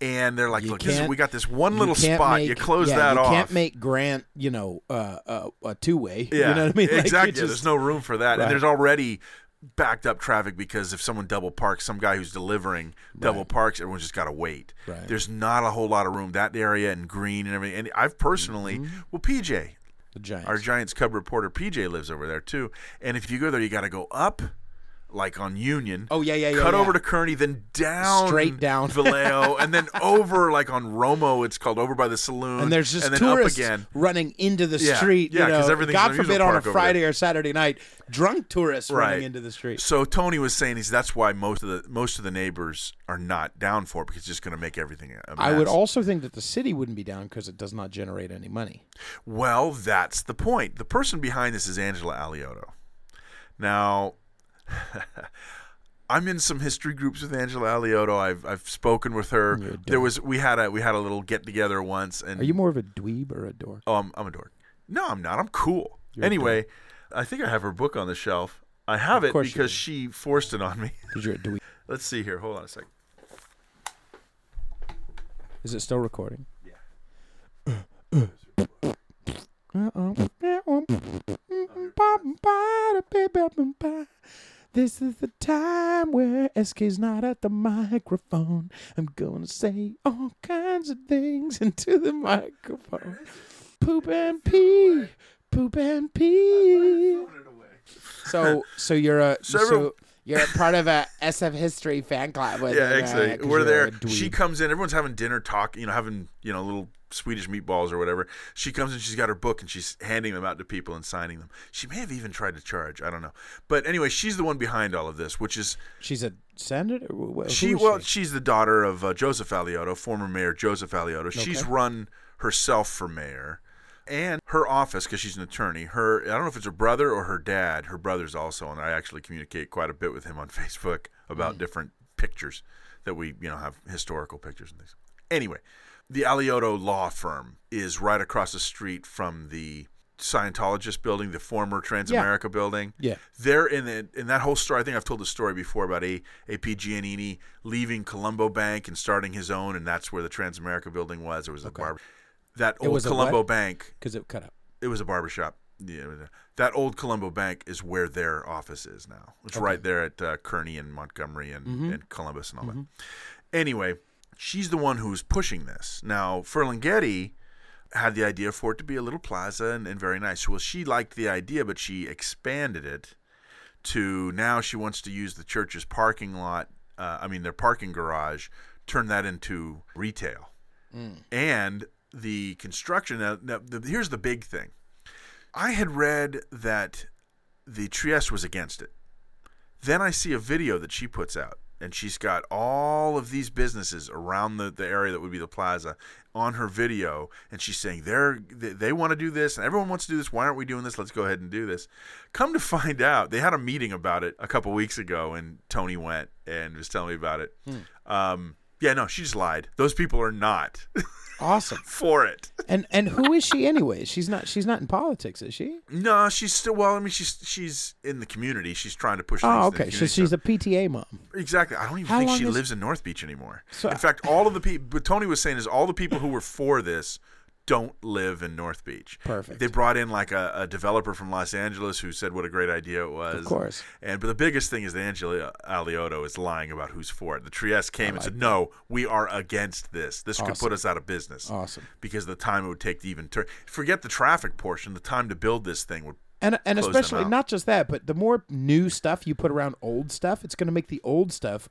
Speaker 2: and they're like,
Speaker 5: You
Speaker 2: look, this is,
Speaker 5: can't-
Speaker 2: we got this one
Speaker 5: you
Speaker 2: little
Speaker 5: can't
Speaker 2: spot.
Speaker 5: make-
Speaker 2: you close
Speaker 5: yeah,
Speaker 2: that
Speaker 5: you
Speaker 2: off.
Speaker 5: can't make Grant, you know, uh, uh, a two way.
Speaker 2: yeah,
Speaker 5: you know what I mean. Like, you
Speaker 2: exactly.
Speaker 5: just-
Speaker 2: there's no room for that,
Speaker 5: Right.
Speaker 2: and there's already backed up traffic because if someone double parks, some guy who's delivering double parks, everyone's just got to wait.
Speaker 5: Right.
Speaker 2: There's not a whole lot of room that area and green and everything. And I've personally,
Speaker 5: Mm-hmm.
Speaker 2: well, PJ,
Speaker 5: the Giants.
Speaker 2: Our Giants Cub reporter PJ lives over there too. And if you go there, you got to go up, like on Union.
Speaker 5: Oh, yeah, yeah, yeah,
Speaker 2: Cut
Speaker 5: yeah.
Speaker 2: over to Kearney, then down
Speaker 5: Straight down.
Speaker 2: Vallejo, and then over like on Romo. It's called over by the saloon.
Speaker 5: and there's just
Speaker 2: and then
Speaker 5: tourists
Speaker 2: up again.
Speaker 5: running into the
Speaker 2: Yeah,
Speaker 5: street.
Speaker 2: yeah,
Speaker 5: you
Speaker 2: 'cause
Speaker 5: know,
Speaker 2: everything's an
Speaker 5: God
Speaker 2: amusement
Speaker 5: forbid on a
Speaker 2: park over
Speaker 5: Friday or Saturday night, drunk tourists
Speaker 2: Right.
Speaker 5: running into the street.
Speaker 2: So Tony was saying he's that's why most of the most of the neighbors are not down for it because it's just going to make everything. A mess.
Speaker 5: I would also think that the city wouldn't be down because it does not generate any money.
Speaker 2: Well, that's the point. The person behind this is Angela Aliotto. Now, I'm in some history groups with Angela Aliotto. I've I've spoken with her. There was we had a we had a little get together once, and
Speaker 5: Are you more of a dweeb or a dork?
Speaker 2: oh, I'm, I'm a dork. No, I'm not. I'm cool. anyway, I think I have her book on the shelf. I have it
Speaker 5: course you
Speaker 2: because
Speaker 5: do.
Speaker 2: she forced it on me.
Speaker 5: Because you're a dweeb.
Speaker 2: Let's see here. Hold on a second.
Speaker 5: Is it still recording? This is the time where SK's not at the microphone. I'm gonna say all kinds of things into the microphone. Poop and pee, poop and pee. So, so you're a
Speaker 2: So everyone-
Speaker 5: so you're a part of a SF history fan club with
Speaker 2: Yeah,
Speaker 5: uh,
Speaker 2: exactly.
Speaker 5: 'cause
Speaker 2: We're
Speaker 5: you're
Speaker 2: there.
Speaker 5: a dweeb.
Speaker 2: She comes in. Everyone's having dinner, talk. You know, having you know little Swedish meatballs or whatever. She comes in. She's got her book and she's handing them out to people and signing them. She may have even tried to charge. I don't know. But anyway, she's the one behind all of this, which is
Speaker 5: She's a senator. Wh- wh- who
Speaker 2: she.
Speaker 5: is
Speaker 2: Well, she's the daughter of uh, Joseph Aliotto, former mayor Joseph Aliotto. She's run herself for mayor. And her office, because she's an attorney, her I don't know if it's her brother or her dad. Her brother's also, and I actually communicate quite a bit with him on Facebook
Speaker 5: Mm.
Speaker 2: about different pictures that we you know have historical pictures and things. Anyway, the Aliotto Law Firm is right across the street from the Scientologist building, the former Transamerica building.
Speaker 5: Yeah.
Speaker 2: They're in the, in that whole story. I think I've told the story before about a AP Giannini leaving Colombo Bank and starting his own, and that's where the Transamerica building was. It was a barber. That old
Speaker 5: was a
Speaker 2: Colombo
Speaker 5: what?
Speaker 2: Bank
Speaker 5: because it cut up.
Speaker 2: it was a barbershop. Yeah, that old Colombo Bank is where their office is now. It's right there at uh, Kearney and Montgomery and, and Columbus and all that. Anyway, she's the one who's pushing this. Now, Ferlinghetti had the idea for it to be a little plaza and, and very nice. Well, she liked the idea, but she expanded it to now she wants to use the church's parking lot, uh, I mean, their parking garage, turn that into retail and the construction. Now, now the, here's the big thing. I had read that the Trieste was against it. Then I see a video that she puts out, and she's got all of these businesses around the, the area that would be the plaza on her video, and she's saying they're they, they want to do this, and everyone wants to do this. Why aren't we doing this? Let's go ahead and do this. Come to find out, they had a meeting about it a couple weeks ago, and Tony went and was telling me about it. Um, yeah, no, she just lied. Those people are not
Speaker 5: Awesome.
Speaker 2: for it.
Speaker 5: And and who is she anyway? She's not. She's not in politics, is she?
Speaker 2: No, she's still well. I mean, she's she's in the community. She's trying to push.
Speaker 5: Oh,
Speaker 2: things in
Speaker 5: okay.
Speaker 2: the
Speaker 5: So
Speaker 2: community
Speaker 5: she's
Speaker 2: stuff.
Speaker 5: a PTA mom.
Speaker 2: exactly. I don't even
Speaker 5: How
Speaker 2: think
Speaker 5: long
Speaker 2: she
Speaker 5: is-
Speaker 2: lives in North Beach anymore.
Speaker 5: So-
Speaker 2: in fact, all of the people. What Tony was saying is all the people who were for this don't live in North Beach.
Speaker 5: Perfect.
Speaker 2: They brought in like a, a developer from Los Angeles who said what a great idea it was.
Speaker 5: Of course.
Speaker 2: And but the biggest thing is that Angela Aliotto is lying about who's for it. The Trieste came and said, "No, we are against this. This could put
Speaker 5: Awesome.
Speaker 2: us out of business."
Speaker 5: Awesome.
Speaker 2: Because of the time it would take to even turn. Forget the traffic portion. The time to build this thing would
Speaker 5: And and
Speaker 2: Close them
Speaker 5: especially
Speaker 2: out.
Speaker 5: not just that, but the more new stuff you put around old stuff, it's going to make the old stuff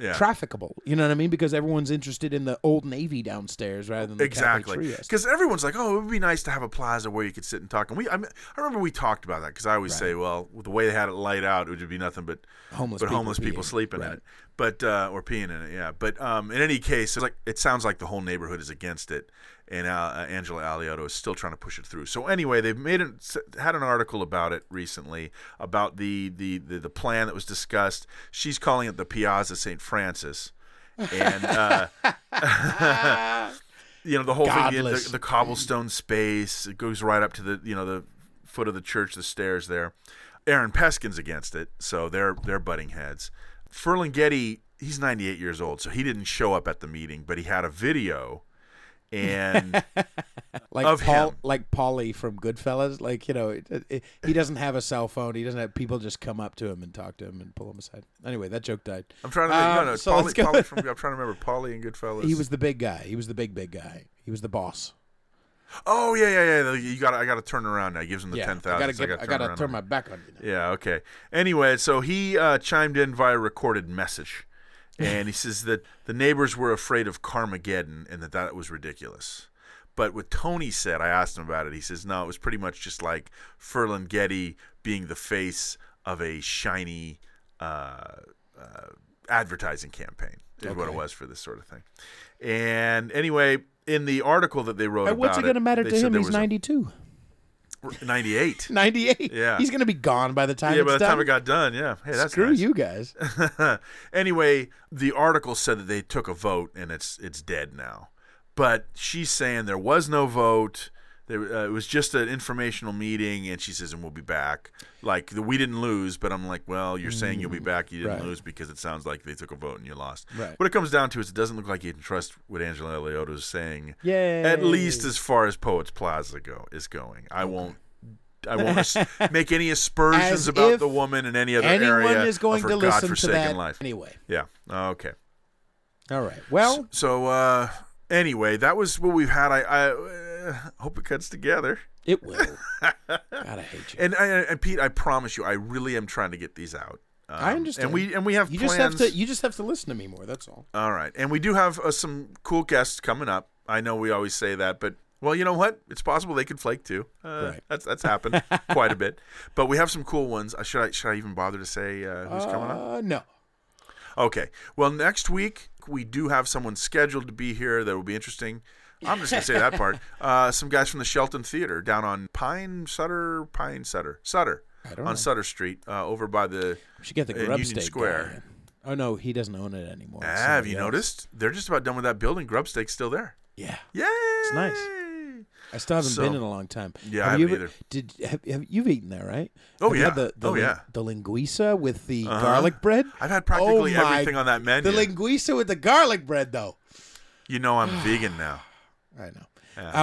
Speaker 5: untrafficable. You know what I mean? Because everyone's interested in the old navy downstairs rather than the
Speaker 2: exactly
Speaker 5: Cafe Trieste.
Speaker 2: because everyone's like oh it would be nice to have a plaza where you could sit and talk and we i, mean, I remember we talked about that because i always say well with the way they had it light out it would be nothing but
Speaker 5: Homeless
Speaker 2: but
Speaker 5: people
Speaker 2: homeless people
Speaker 5: peeing,
Speaker 2: sleeping in
Speaker 5: right.
Speaker 2: it but uh, or peeing in it yeah but um, in any case it's like it sounds like the whole neighborhood is against it and uh, uh, angela aliotto is still trying to push it through so anyway they've made an, s- had an article about it recently about the, the the the plan that was discussed she's calling it the piazza st francis and uh, you know the whole thing the-
Speaker 5: Godless.
Speaker 2: the, the cobblestone space it goes right up to the you know the foot of the church, the stairs there. Aaron Peskin's against it, so they're they're butting heads. Ferlinghetti, he's 98 years old, so he didn't show up at the meeting, but he had a video, and
Speaker 5: like
Speaker 2: Of
Speaker 5: Paul,
Speaker 2: him.
Speaker 5: like Paulie from Goodfellas. Like you know, it, it, it- he doesn't have a cell phone. He doesn't have people just come up to him and talk to him and pull him aside. Anyway, that joke died.
Speaker 2: I'm trying to think,
Speaker 5: Um,
Speaker 2: no no
Speaker 5: so
Speaker 2: Polly,
Speaker 5: let's go-
Speaker 2: Polly from, I'm trying to remember Polly and Goodfellas.
Speaker 5: He was the big guy. He was the big big guy. He was the boss.
Speaker 2: oh yeah yeah yeah you got to I got to turn around now. He gives him the ten
Speaker 5: I gotta,
Speaker 2: thousand.
Speaker 5: get, I gotta turn my back on you. Now.
Speaker 2: Yeah, okay. Anyway, so he uh, chimed in via recorded message, and he says that the neighbors were afraid of Carmageddon and that that was ridiculous. But what Tony said, I asked him about it. He says, no, it was pretty much just like Ferlinghetti being the face of a shiny uh, uh, advertising campaign, is what it was for this sort of thing. And anyway, in the article that they wrote
Speaker 5: And what's it
Speaker 2: about
Speaker 5: gonna matter
Speaker 2: they
Speaker 5: to
Speaker 2: said
Speaker 5: him?
Speaker 2: there
Speaker 5: He's
Speaker 2: was a-
Speaker 5: 92.
Speaker 2: 98.
Speaker 5: 98.
Speaker 2: Yeah.
Speaker 5: He's gonna be gone by the time.
Speaker 2: yeah,
Speaker 5: it's
Speaker 2: by the
Speaker 5: done.
Speaker 2: time it got done, yeah. Hey, that's
Speaker 5: Screw
Speaker 2: nice.
Speaker 5: you guys.
Speaker 2: anyway, the article said that they took a vote and it's it's dead now. But she's saying there was no vote. There, uh, it was just an informational meeting, and she says, "And we'll be back." Like the, we didn't lose, but I'm like, "Well, you're saying you'll be back. You didn't
Speaker 5: Mm, right.
Speaker 2: lose because it sounds like they took a vote and you lost."
Speaker 5: Right.
Speaker 2: What it comes down to is, it doesn't look like you can trust what Angela Elliott is saying.
Speaker 5: Yay.
Speaker 2: At least as far as Poets Plaza go is going. I won't. I won't as- make any aspersions
Speaker 5: As
Speaker 2: about
Speaker 5: if
Speaker 2: the woman in any other
Speaker 5: Anyone
Speaker 2: area
Speaker 5: is going
Speaker 2: of her
Speaker 5: to listen to
Speaker 2: godforsaken
Speaker 5: that
Speaker 2: life.
Speaker 5: anyway. Oh.
Speaker 2: Yeah. Oh, Okay.
Speaker 5: All right. Well,
Speaker 2: So uh, anyway, that was what we've had. I, I uh, hope it cuts together.
Speaker 5: it will. God, I hate you.
Speaker 2: And, and, and Pete, I promise you, I really am trying to get these out. Um,
Speaker 5: I understand.
Speaker 2: And we and we have
Speaker 5: you
Speaker 2: plans.
Speaker 5: just have to. You just have to listen to me more. That's all.
Speaker 2: All right, and we do have uh, some cool guests coming up. I know we always say that, but well, you know what? It's possible they could flake too. Uh,
Speaker 5: Right.
Speaker 2: That's that's happened quite a bit. But we have some cool ones. Uh, should I should I even bother to say uh, who's coming up?
Speaker 5: Uh, no.
Speaker 2: Okay. Well, next week we do have someone scheduled to be here that will be interesting. I'm just gonna say that part. Uh, some guys from the Shelton Theater down on Pine Sutter, Pine Sutter, Sutter,
Speaker 5: I
Speaker 2: on
Speaker 5: don't know.
Speaker 2: Sutter Street, uh, over by the.
Speaker 5: We should get the
Speaker 2: in
Speaker 5: Grub
Speaker 2: Union
Speaker 5: State
Speaker 2: Square.
Speaker 5: guy in. Oh no, he doesn't own it anymore.
Speaker 2: Ah,
Speaker 5: It's
Speaker 2: have you
Speaker 5: somebody else.
Speaker 2: noticed? They're just about done with that building. Grubstake's still there.
Speaker 5: Yeah,
Speaker 2: Yeah,
Speaker 5: It's nice. I still haven't
Speaker 2: So-
Speaker 5: been in a long time.
Speaker 2: Yeah, I
Speaker 5: have you
Speaker 2: haven't
Speaker 5: ever, Did have, have you've eaten there, right?
Speaker 2: Oh,
Speaker 5: Have you had
Speaker 2: yeah.
Speaker 5: the, the
Speaker 2: Oh,
Speaker 5: lin-
Speaker 2: yeah. Uh-huh.
Speaker 5: the linguiça with the garlic bread.
Speaker 2: I've had practically
Speaker 5: Oh, my-
Speaker 2: everything on that menu.
Speaker 5: The linguiça with the garlic bread, though.
Speaker 2: you know I'm vegan now.
Speaker 5: I know.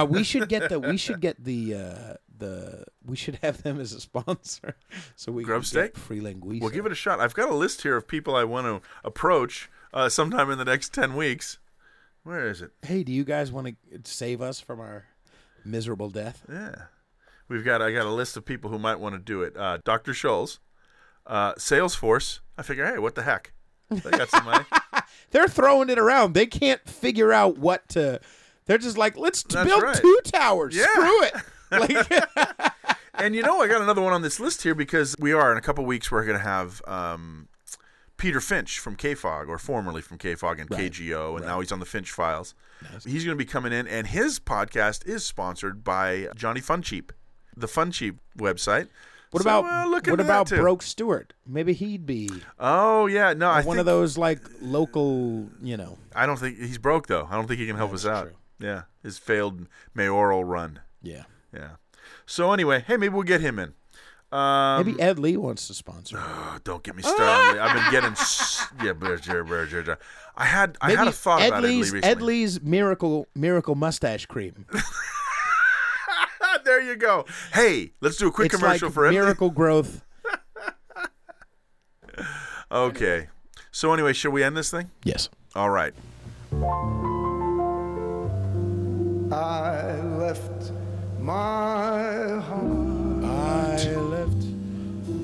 Speaker 5: Uh, we should get the we should get the uh, the we should have them as a sponsor, so we
Speaker 2: Grub
Speaker 5: can
Speaker 2: Steak?
Speaker 5: get free linguiça.
Speaker 2: Well, give it a shot. I've got a list here of people I want to approach uh, sometime in the next ten weeks. Where is it?
Speaker 5: hey, do you guys want to save us from our miserable death?
Speaker 2: Yeah, we've got I got a list of people who might want to do it. Uh, Doctor Scholes, uh, Salesforce. I figure, hey, what the heck? They got some money.
Speaker 5: They're throwing it around. They can't figure out what to. They're just like, let's t-
Speaker 2: That's
Speaker 5: build
Speaker 2: right.
Speaker 5: two towers.
Speaker 2: Yeah.
Speaker 5: Screw it. Like,
Speaker 2: and you know, I got another one on this list here because we are in a couple weeks. We're going to have um, Peter Finch from KFOG, or formerly from KFOG and KGO, and now he's on the Finch Files. He's going to be coming in, and his podcast is sponsored by Johnny Funcheap, the Funcheap website.
Speaker 5: what
Speaker 2: So,
Speaker 5: about
Speaker 2: uh, look
Speaker 5: what
Speaker 2: into that
Speaker 5: about
Speaker 2: too.
Speaker 5: Broke Stewart? Maybe he'd be
Speaker 2: Oh yeah, no, I
Speaker 5: one
Speaker 2: think
Speaker 5: of those like local, you know.
Speaker 2: I don't think he's broke though. I don't think he can help us out.
Speaker 5: true.
Speaker 2: Yeah, his failed mayoral run.
Speaker 5: Yeah.
Speaker 2: Yeah. So anyway, hey, maybe we'll get him in. Um,
Speaker 5: Maybe Ed Lee wants to sponsor.
Speaker 2: oh, don't get me started. I've been getting s- yeah. Blah, blah, blah, blah, blah. I had I had
Speaker 5: Maybe
Speaker 2: a thought
Speaker 5: Ed
Speaker 2: about
Speaker 5: Lee's,
Speaker 2: Ed Lee
Speaker 5: Ed
Speaker 2: recently.
Speaker 5: Lee's miracle miracle mustache cream.
Speaker 2: there you go. Hey, let's do a quick
Speaker 5: it's
Speaker 2: commercial
Speaker 5: like
Speaker 2: for Ed. Lee.
Speaker 5: miracle growth.
Speaker 2: Okay. So anyway, should we end this thing?
Speaker 5: Yes.
Speaker 2: All right.
Speaker 6: I left my home.
Speaker 5: I left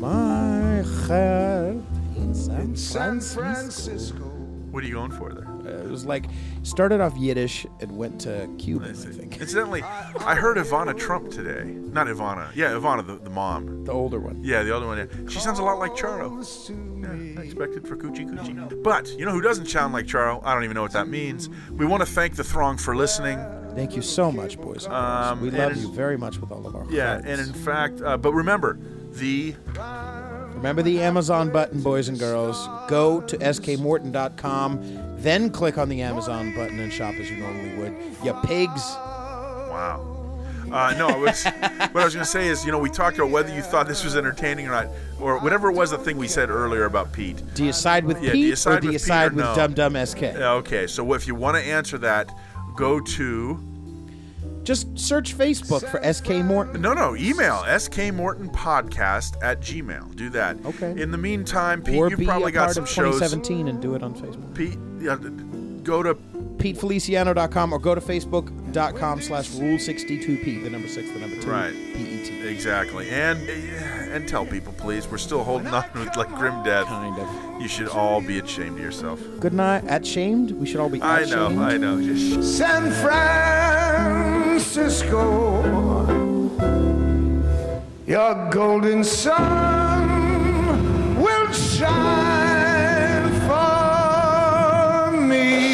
Speaker 5: my heart in San
Speaker 6: San Francisco.
Speaker 2: What are you going for there?
Speaker 5: It was like started off Yiddish and went to Cuban, I think.
Speaker 2: Incidentally, I heard Ivana Trump today. Not Ivana. Yeah, Ivana, the, the mom.
Speaker 5: The older one.
Speaker 2: Yeah, the other one. yeah. She sounds a lot like Charo.
Speaker 6: Close to me.
Speaker 2: I expected for Coochie Coochie. But you know who doesn't sound like Charo? I don't even know what that means. We want to thank the throng for listening.
Speaker 5: Thank you so much, boys. and girls.
Speaker 2: Um,
Speaker 5: we
Speaker 2: and
Speaker 5: love
Speaker 2: it's-
Speaker 5: you very much with all of our
Speaker 2: Yeah,
Speaker 5: hearts.
Speaker 2: and in fact, uh, but remember, the
Speaker 5: remember the Amazon button, boys and girls. Go to skmorton.com, then click on the Amazon button and shop as you normally would. You pigs.
Speaker 2: wow. Uh, no, I was. what I was going to say is, you know, we talked about whether you thought this was entertaining or not, or whatever it was the thing we said earlier about Pete.
Speaker 5: Do you side with
Speaker 2: Yeah, do
Speaker 5: Pete
Speaker 2: you side
Speaker 5: or do
Speaker 2: with
Speaker 5: you
Speaker 2: Pete
Speaker 5: side
Speaker 2: or
Speaker 5: with
Speaker 2: no?
Speaker 5: Dum Dum SK?
Speaker 2: Yeah, Okay, so if you want to answer that, go to
Speaker 5: Just search Facebook for SK Morton.
Speaker 2: no, no, email skmortonpodcast at gmail. Do that.
Speaker 5: Okay.
Speaker 2: In the meantime, Pete,
Speaker 5: Or
Speaker 2: you've
Speaker 5: be a
Speaker 2: probably got
Speaker 5: part of
Speaker 2: some shows.
Speaker 5: 2017 and do it on Facebook.
Speaker 2: Pete, yeah, go to
Speaker 5: PeteFeliciano.com or go to Facebook.com slash Rule62P, the number six, the number two. E
Speaker 2: Right.
Speaker 5: P-E-T.
Speaker 2: exactly and and tell people, please. We're still holding on with like grim death.
Speaker 5: Kind of.
Speaker 2: You should all be ashamed of yourself.
Speaker 5: Good night. At shamed. We should all be
Speaker 2: I
Speaker 5: at
Speaker 2: know,
Speaker 5: shamed.
Speaker 2: I know. Just
Speaker 6: San Francisco, your golden sun will shine for me.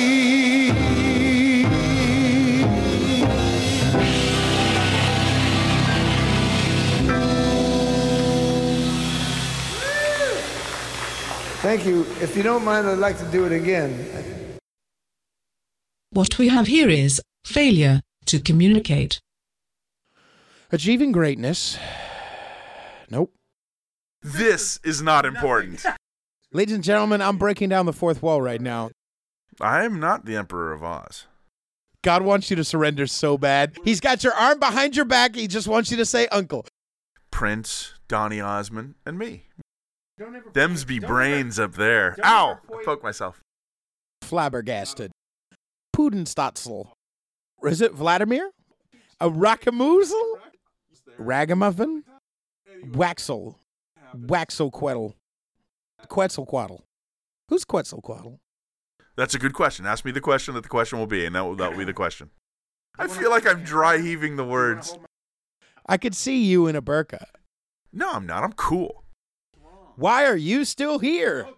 Speaker 6: Thank you. If you don't mind, I'd like to do it again.
Speaker 3: What we have here is failure to communicate.
Speaker 5: Achieving greatness. Nope.
Speaker 2: This is not important.
Speaker 5: Ladies and gentlemen, I'm breaking down the fourth wall right now.
Speaker 2: I am not the Emperor of Oz.
Speaker 5: God wants you to surrender so bad. He's got your arm behind your back. He just wants you to say uncle.
Speaker 2: Prince, Donny Osmond, and me. Them's be brains up there. Ow! I poked myself.
Speaker 5: Flabbergasted. Pudenstotzel. Or Is it Vladimir? A rackamoozle? Ragamuffin? Waxel. Waxelquettle. Quetzalcoatl. Who's Quetzalcoatl?
Speaker 2: That's a good question. Ask me the question that the question will be, and that will, that will be the question. I feel like I'm dry heaving the words.
Speaker 5: I could see you in a burqa.
Speaker 2: No, I'm not. I'm cool.
Speaker 5: Why are you still here?